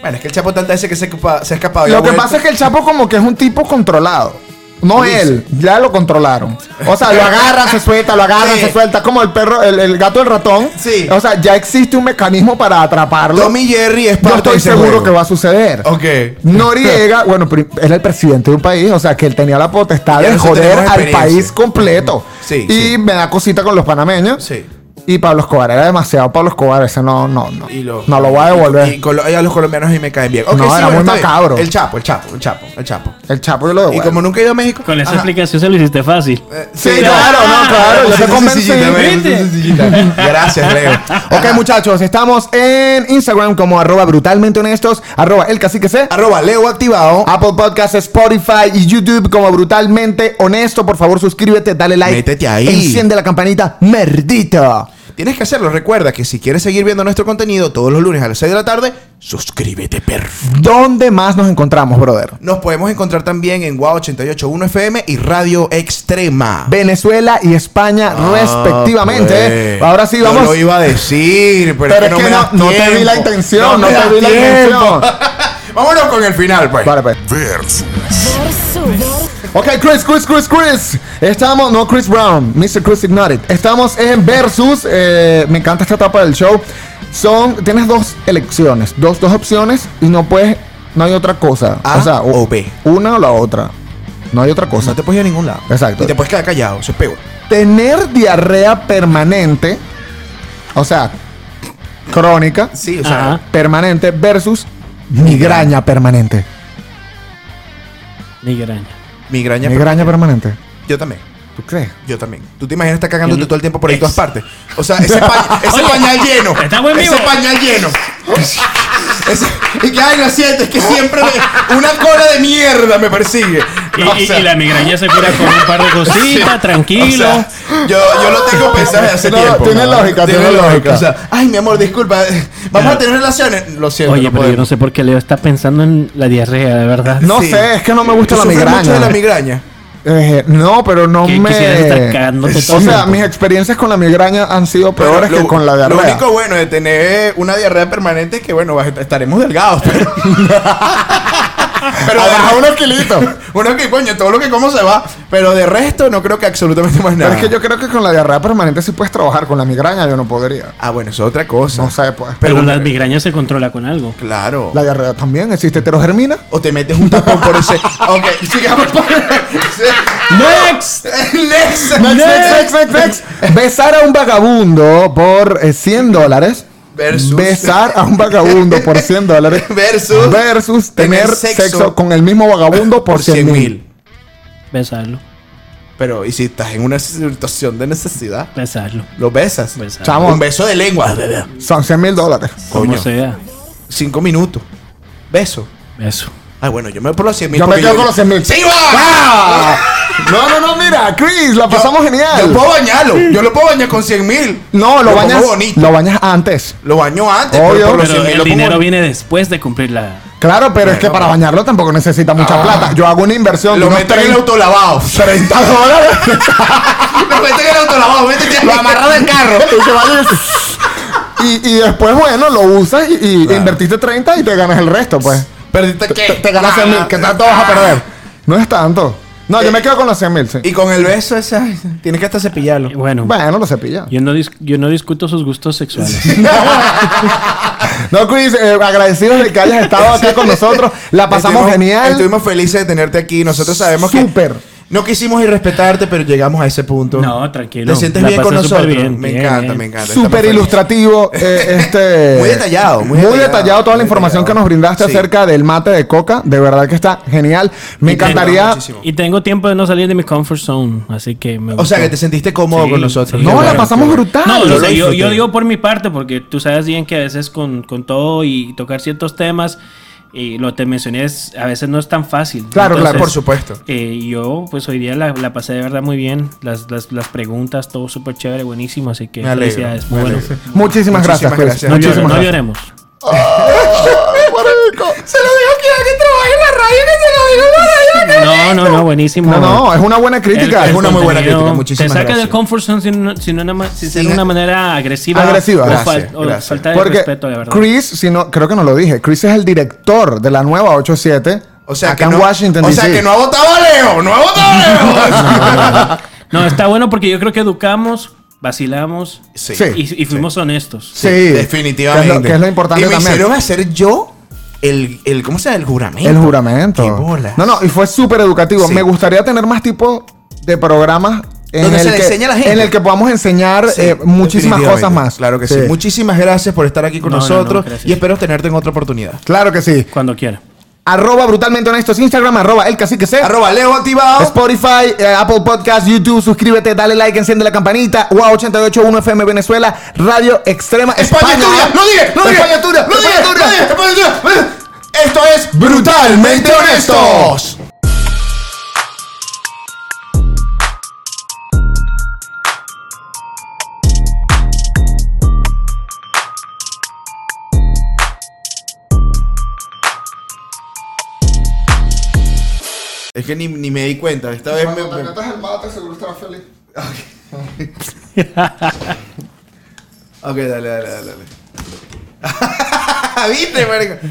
[SPEAKER 3] Bueno, es que el Chapo tanta veces que se, escapa- se ha escapado. y ha
[SPEAKER 5] Lo que
[SPEAKER 3] vuelto.
[SPEAKER 5] pasa es que el Chapo como que es un tipo controlado. No
[SPEAKER 3] Sí.
[SPEAKER 5] él, ya lo controlaron. O sea, lo agarran, se suelta, lo agarran,
[SPEAKER 3] Sí.
[SPEAKER 5] se suelta, como el perro, el, el gato del ratón.
[SPEAKER 3] Sí.
[SPEAKER 5] O sea, ya existe un mecanismo para atraparlo.
[SPEAKER 3] Tommy Jerry es
[SPEAKER 5] Yo
[SPEAKER 3] parte
[SPEAKER 5] estoy seguro que va a suceder.
[SPEAKER 3] Ok.
[SPEAKER 5] Noriega, *laughs* bueno, pri- era el presidente de un país, o sea, que él tenía la potestad
[SPEAKER 3] Ya
[SPEAKER 5] de
[SPEAKER 3] nosotros
[SPEAKER 5] joder
[SPEAKER 3] tenemos
[SPEAKER 5] al
[SPEAKER 3] experiencia.
[SPEAKER 5] país completo.
[SPEAKER 3] Sí,
[SPEAKER 5] Y
[SPEAKER 3] sí.
[SPEAKER 5] me da cosita con los panameños.
[SPEAKER 3] Sí.
[SPEAKER 5] Y Pablo Escobar, era demasiado Pablo Escobar, ese no, no, no.
[SPEAKER 3] Y lo,
[SPEAKER 5] no lo voy a devolver.
[SPEAKER 3] Y, colo- y a los colombianos y me caen bien. Ok,
[SPEAKER 5] No, era muy
[SPEAKER 3] está bien.
[SPEAKER 5] macabro.
[SPEAKER 3] El Chapo, el Chapo, el Chapo, el Chapo.
[SPEAKER 5] el Chapo yo lo
[SPEAKER 3] Y
[SPEAKER 5] devuelvo.
[SPEAKER 3] como nunca he ido a México.
[SPEAKER 2] Con esa
[SPEAKER 3] ajá.
[SPEAKER 2] explicación se lo hiciste fácil.
[SPEAKER 3] Eh,
[SPEAKER 5] Sí, claro, no, claro, yo te convencí.
[SPEAKER 3] Gracias, Leo.
[SPEAKER 5] *laughs* Ok, muchachos, estamos en Instagram como arroba brutalmente honestos, arroba el cacique C,
[SPEAKER 3] Arroba Leo activado.
[SPEAKER 5] Apple Podcasts, Spotify y YouTube como brutalmente honesto. Por favor, suscríbete, dale like.
[SPEAKER 3] Métete ahí.
[SPEAKER 5] Enciende la campanita, merdita.
[SPEAKER 3] Tienes que hacerlo. Recuerda que si quieres seguir viendo nuestro contenido todos los lunes a las 6 de la tarde, suscríbete, perro.
[SPEAKER 5] ¿Dónde más nos encontramos, brother?
[SPEAKER 3] Nos podemos encontrar también en WOW 881 FM y Radio Extrema.
[SPEAKER 5] Venezuela y España, respectivamente.
[SPEAKER 3] Ah,
[SPEAKER 5] ¿eh?
[SPEAKER 3] pues,
[SPEAKER 5] Ahora sí,
[SPEAKER 3] yo
[SPEAKER 5] vamos.
[SPEAKER 3] lo iba a decir, pero,
[SPEAKER 5] Pero
[SPEAKER 3] es que no, me das
[SPEAKER 5] no te vi
[SPEAKER 3] tiempo.
[SPEAKER 5] la intención, no,
[SPEAKER 3] me
[SPEAKER 5] te
[SPEAKER 3] das
[SPEAKER 5] vi la
[SPEAKER 3] tiempo.
[SPEAKER 5] intención.
[SPEAKER 7] Vámonos con el final, pues.
[SPEAKER 5] Vale, pues.
[SPEAKER 8] Versus.
[SPEAKER 1] Versus.
[SPEAKER 5] Ok, Chris, Chris, Chris, Chris. Estamos, no Chris Brown, Mr. Chris Ignored. Estamos en Versus. eh, me encanta esta etapa del show. Son, tienes dos elecciones, dos, dos opciones y no puedes, no hay otra cosa.
[SPEAKER 3] A
[SPEAKER 5] u-
[SPEAKER 3] o B.
[SPEAKER 5] Una o la otra. No hay otra
[SPEAKER 3] O sea,
[SPEAKER 5] cosa.
[SPEAKER 3] no te puedes ir a ningún lado.
[SPEAKER 5] Exacto.
[SPEAKER 3] Y te puedes quedar callado. Eso es peor.
[SPEAKER 5] Tener diarrea permanente, o sea, crónica,
[SPEAKER 3] Sí, o
[SPEAKER 2] sea,
[SPEAKER 5] permanente versus migraña permanente.
[SPEAKER 2] Migraña.
[SPEAKER 3] migraña.
[SPEAKER 5] Migraña permanente.
[SPEAKER 3] Yo también.
[SPEAKER 5] ¿Tú crees?
[SPEAKER 3] Yo también. Tú te imaginas estar cagándote
[SPEAKER 2] Yo-
[SPEAKER 3] todo el tiempo por ahí en todas
[SPEAKER 2] Ex.
[SPEAKER 3] partes. O sea, ese,
[SPEAKER 5] *laughs*
[SPEAKER 3] pa- ese
[SPEAKER 2] Oye,
[SPEAKER 3] pañal lleno.
[SPEAKER 2] estamos en
[SPEAKER 3] Ese
[SPEAKER 2] vivo.
[SPEAKER 3] pañal lleno. Ese- y que ay, lo siento, es que siempre me- una cola de mierda me persigue.
[SPEAKER 2] Y,
[SPEAKER 3] O
[SPEAKER 2] y-
[SPEAKER 3] sea,
[SPEAKER 2] y la migraña se cura con un
[SPEAKER 3] *laughs*
[SPEAKER 2] par de cositas,
[SPEAKER 3] o
[SPEAKER 2] tranquilo.
[SPEAKER 3] sea, yo, yo lo tengo pensado desde hace
[SPEAKER 5] No,
[SPEAKER 3] tiempo.
[SPEAKER 5] tiene
[SPEAKER 3] ¿no?
[SPEAKER 5] lógica, tiene lógica.
[SPEAKER 3] O sea, ay, mi amor, disculpa. eh, ¿Vamos a tener relaciones? Lo siento.
[SPEAKER 2] Oye,
[SPEAKER 3] no
[SPEAKER 2] pero yo no
[SPEAKER 3] podemos.
[SPEAKER 2] sé por qué Leo está pensando en la diarrea, de verdad.
[SPEAKER 5] No
[SPEAKER 3] Sí.
[SPEAKER 5] sé, es que no me gusta
[SPEAKER 3] ¿Tú
[SPEAKER 5] la
[SPEAKER 3] sufres
[SPEAKER 5] migraña.
[SPEAKER 3] mucho de la migraña?
[SPEAKER 5] Eh, no, pero no
[SPEAKER 2] Que
[SPEAKER 5] me.
[SPEAKER 2] quisieras estar cagándote todo
[SPEAKER 5] o
[SPEAKER 2] el
[SPEAKER 5] sea,
[SPEAKER 2] tiempo.
[SPEAKER 5] mis experiencias con la migraña han sido
[SPEAKER 3] Pero
[SPEAKER 5] peores que
[SPEAKER 3] lo-
[SPEAKER 5] con la diarrea.
[SPEAKER 3] Lo único bueno de tener una diarrea permanente es que, bueno, vas- estaremos delgados,
[SPEAKER 5] *laughs*
[SPEAKER 3] pero... pero de-
[SPEAKER 5] Abajo unos
[SPEAKER 3] *laughs*
[SPEAKER 5] kilitos.
[SPEAKER 3] Uno que coño, todo lo que como se va, pero de resto no creo que absolutamente más
[SPEAKER 5] Pero
[SPEAKER 3] nada.
[SPEAKER 5] es que yo creo que con la diarrea permanente sí puedes trabajar, con la migraña yo no podría.
[SPEAKER 3] Ah, bueno, eso es otra cosa.
[SPEAKER 5] No sé, pues.
[SPEAKER 2] pero
[SPEAKER 3] pero-
[SPEAKER 2] la migraña se controla con algo.
[SPEAKER 3] Claro.
[SPEAKER 5] La diarrea también, ¿existe heterogermina?
[SPEAKER 3] O te metes un tapón por ese. ok, sigamos por.
[SPEAKER 2] ¡Next!
[SPEAKER 3] *laughs* Next.
[SPEAKER 5] Next, next, next, next, next. Besar a un vagabundo por eh, 100 dólares.
[SPEAKER 3] Versus.
[SPEAKER 5] Besar a un vagabundo por 100 dólares.
[SPEAKER 3] Versus.
[SPEAKER 5] *laughs* Versus tener,
[SPEAKER 3] Tener
[SPEAKER 5] sexo,
[SPEAKER 3] sexo
[SPEAKER 5] con el mismo vagabundo por
[SPEAKER 3] Por
[SPEAKER 5] 100 mil.
[SPEAKER 2] Besarlo,
[SPEAKER 3] Pero, ¿y si estás en una situación de necesidad?
[SPEAKER 2] besarlo,
[SPEAKER 3] Lo besas.
[SPEAKER 2] besarlo.
[SPEAKER 5] Chamo.
[SPEAKER 3] Un beso de lengua. bebé.
[SPEAKER 5] Son 100 mil dólares.
[SPEAKER 2] Como
[SPEAKER 3] Coño.
[SPEAKER 2] sea.
[SPEAKER 3] Cinco minutos. Beso.
[SPEAKER 2] Eso.
[SPEAKER 3] Ah, bueno, yo me voy por los 100 mil.
[SPEAKER 5] Yo me quedo con los 100 mil.
[SPEAKER 3] ¡Sí, va!
[SPEAKER 5] ¡Ah! No, no, no, mira, Chris, la pasamos genial.
[SPEAKER 3] Yo puedo bañarlo. Yo lo puedo bañar con 100 mil.
[SPEAKER 5] no, lo
[SPEAKER 3] pongo
[SPEAKER 5] bañas,
[SPEAKER 3] bonito.
[SPEAKER 5] lo bañas antes.
[SPEAKER 3] Lo bañó antes.
[SPEAKER 5] Obvio.
[SPEAKER 3] por los
[SPEAKER 2] Pero
[SPEAKER 3] 100.000 lo
[SPEAKER 2] el
[SPEAKER 3] pongo-
[SPEAKER 2] dinero viene después de cumplir la.
[SPEAKER 5] Claro, pero es que
[SPEAKER 3] Bueno,
[SPEAKER 5] para
[SPEAKER 3] bueno.
[SPEAKER 5] bañarlo tampoco necesita mucha plata. Yo hago una inversión de
[SPEAKER 3] Lo
[SPEAKER 5] unos
[SPEAKER 3] meten en el
[SPEAKER 5] 30 *laughs*
[SPEAKER 3] autolavado.
[SPEAKER 5] 30 dólares *laughs*
[SPEAKER 3] lo meten en el autolavado. Métete, lo amarras del carro.
[SPEAKER 5] y que vaya y, y después, bueno, lo usas y, y invertiste 30 y te ganas el resto, pues.
[SPEAKER 3] Perdiste qué?
[SPEAKER 5] Te, te ganas Ah. 100 mil, que tanto vas a perder. No es tanto. No, yo me quedo con los 100 mil, sí.
[SPEAKER 3] Eh. Y con el beso ese, ay, tienes que hasta cepillarlo.
[SPEAKER 2] Bueno,
[SPEAKER 5] Bueno, lo cepilla.
[SPEAKER 2] yo, no dis- yo no discuto sus gustos sexuales.
[SPEAKER 5] No, Chris, eh, agradecidos de que
[SPEAKER 3] *laughs*
[SPEAKER 5] hayas estado acá con nosotros. La pasamos
[SPEAKER 3] Estuvimos-
[SPEAKER 5] genial.
[SPEAKER 3] Estuvimos felices de tenerte aquí. Nosotros sabemos
[SPEAKER 5] Súper.
[SPEAKER 3] que no quisimos irrespetarte, pero llegamos a ese punto.
[SPEAKER 2] No, tranquilo.
[SPEAKER 3] Te sientes
[SPEAKER 2] La
[SPEAKER 3] bien con
[SPEAKER 2] pasé súper
[SPEAKER 3] nosotros.
[SPEAKER 2] bien,
[SPEAKER 3] me
[SPEAKER 2] bien,
[SPEAKER 3] encanta,
[SPEAKER 2] bien.
[SPEAKER 3] me encanta. estamos
[SPEAKER 5] Súper
[SPEAKER 3] felices.
[SPEAKER 5] ilustrativo.
[SPEAKER 3] *laughs*
[SPEAKER 5] eh, este,
[SPEAKER 3] Muy detallado, muy detallado,
[SPEAKER 5] detallado toda la
[SPEAKER 3] muy
[SPEAKER 5] información que
[SPEAKER 3] detallado.
[SPEAKER 5] nos brindaste
[SPEAKER 3] Sí.
[SPEAKER 5] acerca del mate de coca. De verdad que está genial. Me
[SPEAKER 3] Me encantó
[SPEAKER 5] encantaría.
[SPEAKER 3] muchísimo.
[SPEAKER 2] y tengo tiempo de no salir de mi comfort zone, así que me
[SPEAKER 3] O
[SPEAKER 2] gustó.
[SPEAKER 3] sea, que te sentiste cómodo
[SPEAKER 2] Sí,
[SPEAKER 3] con nosotros.
[SPEAKER 2] sí,
[SPEAKER 5] No,
[SPEAKER 2] Qué
[SPEAKER 5] la
[SPEAKER 2] bueno,
[SPEAKER 5] pasamos
[SPEAKER 2] qué
[SPEAKER 5] brutal.
[SPEAKER 2] No, yo,
[SPEAKER 3] lo
[SPEAKER 2] sé, yo- yo
[SPEAKER 3] disfruté.
[SPEAKER 2] digo por mi parte, porque tú sabes bien que a veces con, con todo y tocar ciertos temas, y lo te mencioné, es- a veces no es tan fácil.
[SPEAKER 5] Claro, claro,
[SPEAKER 3] por supuesto.
[SPEAKER 2] eh, yo, pues hoy día la, la pasé de verdad muy bien. Las, las, las preguntas, todo súper chévere, buenísimo. Así que
[SPEAKER 3] Me alegro,
[SPEAKER 2] felicidades,
[SPEAKER 3] me
[SPEAKER 2] muy bueno.
[SPEAKER 3] alegro.
[SPEAKER 5] Muchísimas,
[SPEAKER 3] Muchísimas
[SPEAKER 5] gracias, Chris.
[SPEAKER 3] gracias.
[SPEAKER 2] No, llore-
[SPEAKER 5] Muchísimas
[SPEAKER 2] no
[SPEAKER 5] gracias.
[SPEAKER 2] lloremos.
[SPEAKER 3] Se lo digo que alguien trabaje en la radio, que se lo digo en la radio.
[SPEAKER 2] No, no, no, buenísimo.
[SPEAKER 5] No, no, es una buena crítica.
[SPEAKER 2] El-
[SPEAKER 3] es
[SPEAKER 2] el
[SPEAKER 3] una muy buena
[SPEAKER 2] contenido
[SPEAKER 3] crítica, muchísimas
[SPEAKER 2] Te saca
[SPEAKER 3] gracias.
[SPEAKER 2] del comfort zone sin, una- sin una ma- sin ser
[SPEAKER 3] Sin-
[SPEAKER 2] una manera agresiva.
[SPEAKER 5] Agresiva.
[SPEAKER 2] O, fal-
[SPEAKER 3] Gracias,
[SPEAKER 2] o
[SPEAKER 3] gracias.
[SPEAKER 2] falta de
[SPEAKER 5] Porque
[SPEAKER 2] respeto, de verdad.
[SPEAKER 5] Chris, si no, creo que no lo dije, Chris es el director de la nueva 87
[SPEAKER 3] O sea,
[SPEAKER 5] acá
[SPEAKER 3] que
[SPEAKER 5] en
[SPEAKER 3] no,
[SPEAKER 5] Washington,
[SPEAKER 3] o sea
[SPEAKER 5] DC.
[SPEAKER 3] que no ha votado a Leo, no ha
[SPEAKER 5] *laughs*
[SPEAKER 3] votado a Leo.
[SPEAKER 2] No, está bueno porque yo creo que educamos, vacilamos
[SPEAKER 5] Sí.
[SPEAKER 2] y, y fuimos honestos.
[SPEAKER 5] Sí,
[SPEAKER 3] Definitivamente.
[SPEAKER 5] Que es lo, que es lo importante
[SPEAKER 3] Y me
[SPEAKER 5] también.
[SPEAKER 3] hicieron hacer yo el, el ¿cómo se llama? El juramento.
[SPEAKER 5] El juramento.
[SPEAKER 3] Qué bolas.
[SPEAKER 5] No, no, y fue súper educativo.
[SPEAKER 3] Sí.
[SPEAKER 5] Me gustaría tener más tipos de programas en
[SPEAKER 3] Donde se
[SPEAKER 5] el
[SPEAKER 3] le
[SPEAKER 5] que,
[SPEAKER 3] enseña a la gente.
[SPEAKER 5] en el que podamos enseñar
[SPEAKER 3] Sí,
[SPEAKER 5] eh, muchísimas
[SPEAKER 3] definitivamente.
[SPEAKER 5] cosas más.
[SPEAKER 3] Claro que sí. Muchísimas gracias por estar aquí con
[SPEAKER 2] No, no, no,
[SPEAKER 3] nosotros
[SPEAKER 2] gracias.
[SPEAKER 3] y espero tenerte en otra oportunidad.
[SPEAKER 5] Claro que sí.
[SPEAKER 2] Cuando quiera.
[SPEAKER 5] Arroba brutalmente honestos Instagram, arroba el cacique C.
[SPEAKER 3] Arroba Leo activado.
[SPEAKER 5] Spotify, eh, Apple Podcast, YouTube, suscríbete, dale like, enciende la campanita. Wow 881 FM Venezuela, Radio Extrema España.
[SPEAKER 3] España es tuya. No digas, no digas.
[SPEAKER 5] España es tuya.
[SPEAKER 3] No digas,
[SPEAKER 5] España es tuya.
[SPEAKER 3] no digas, España es tuya. Esto es Brutalmente Honestos. Es que ni, ni me di cuenta, esta vez me, me- *laughs* *laughs* Ok, dale, dale, dale, dale. Ah, ¿Viste, marico?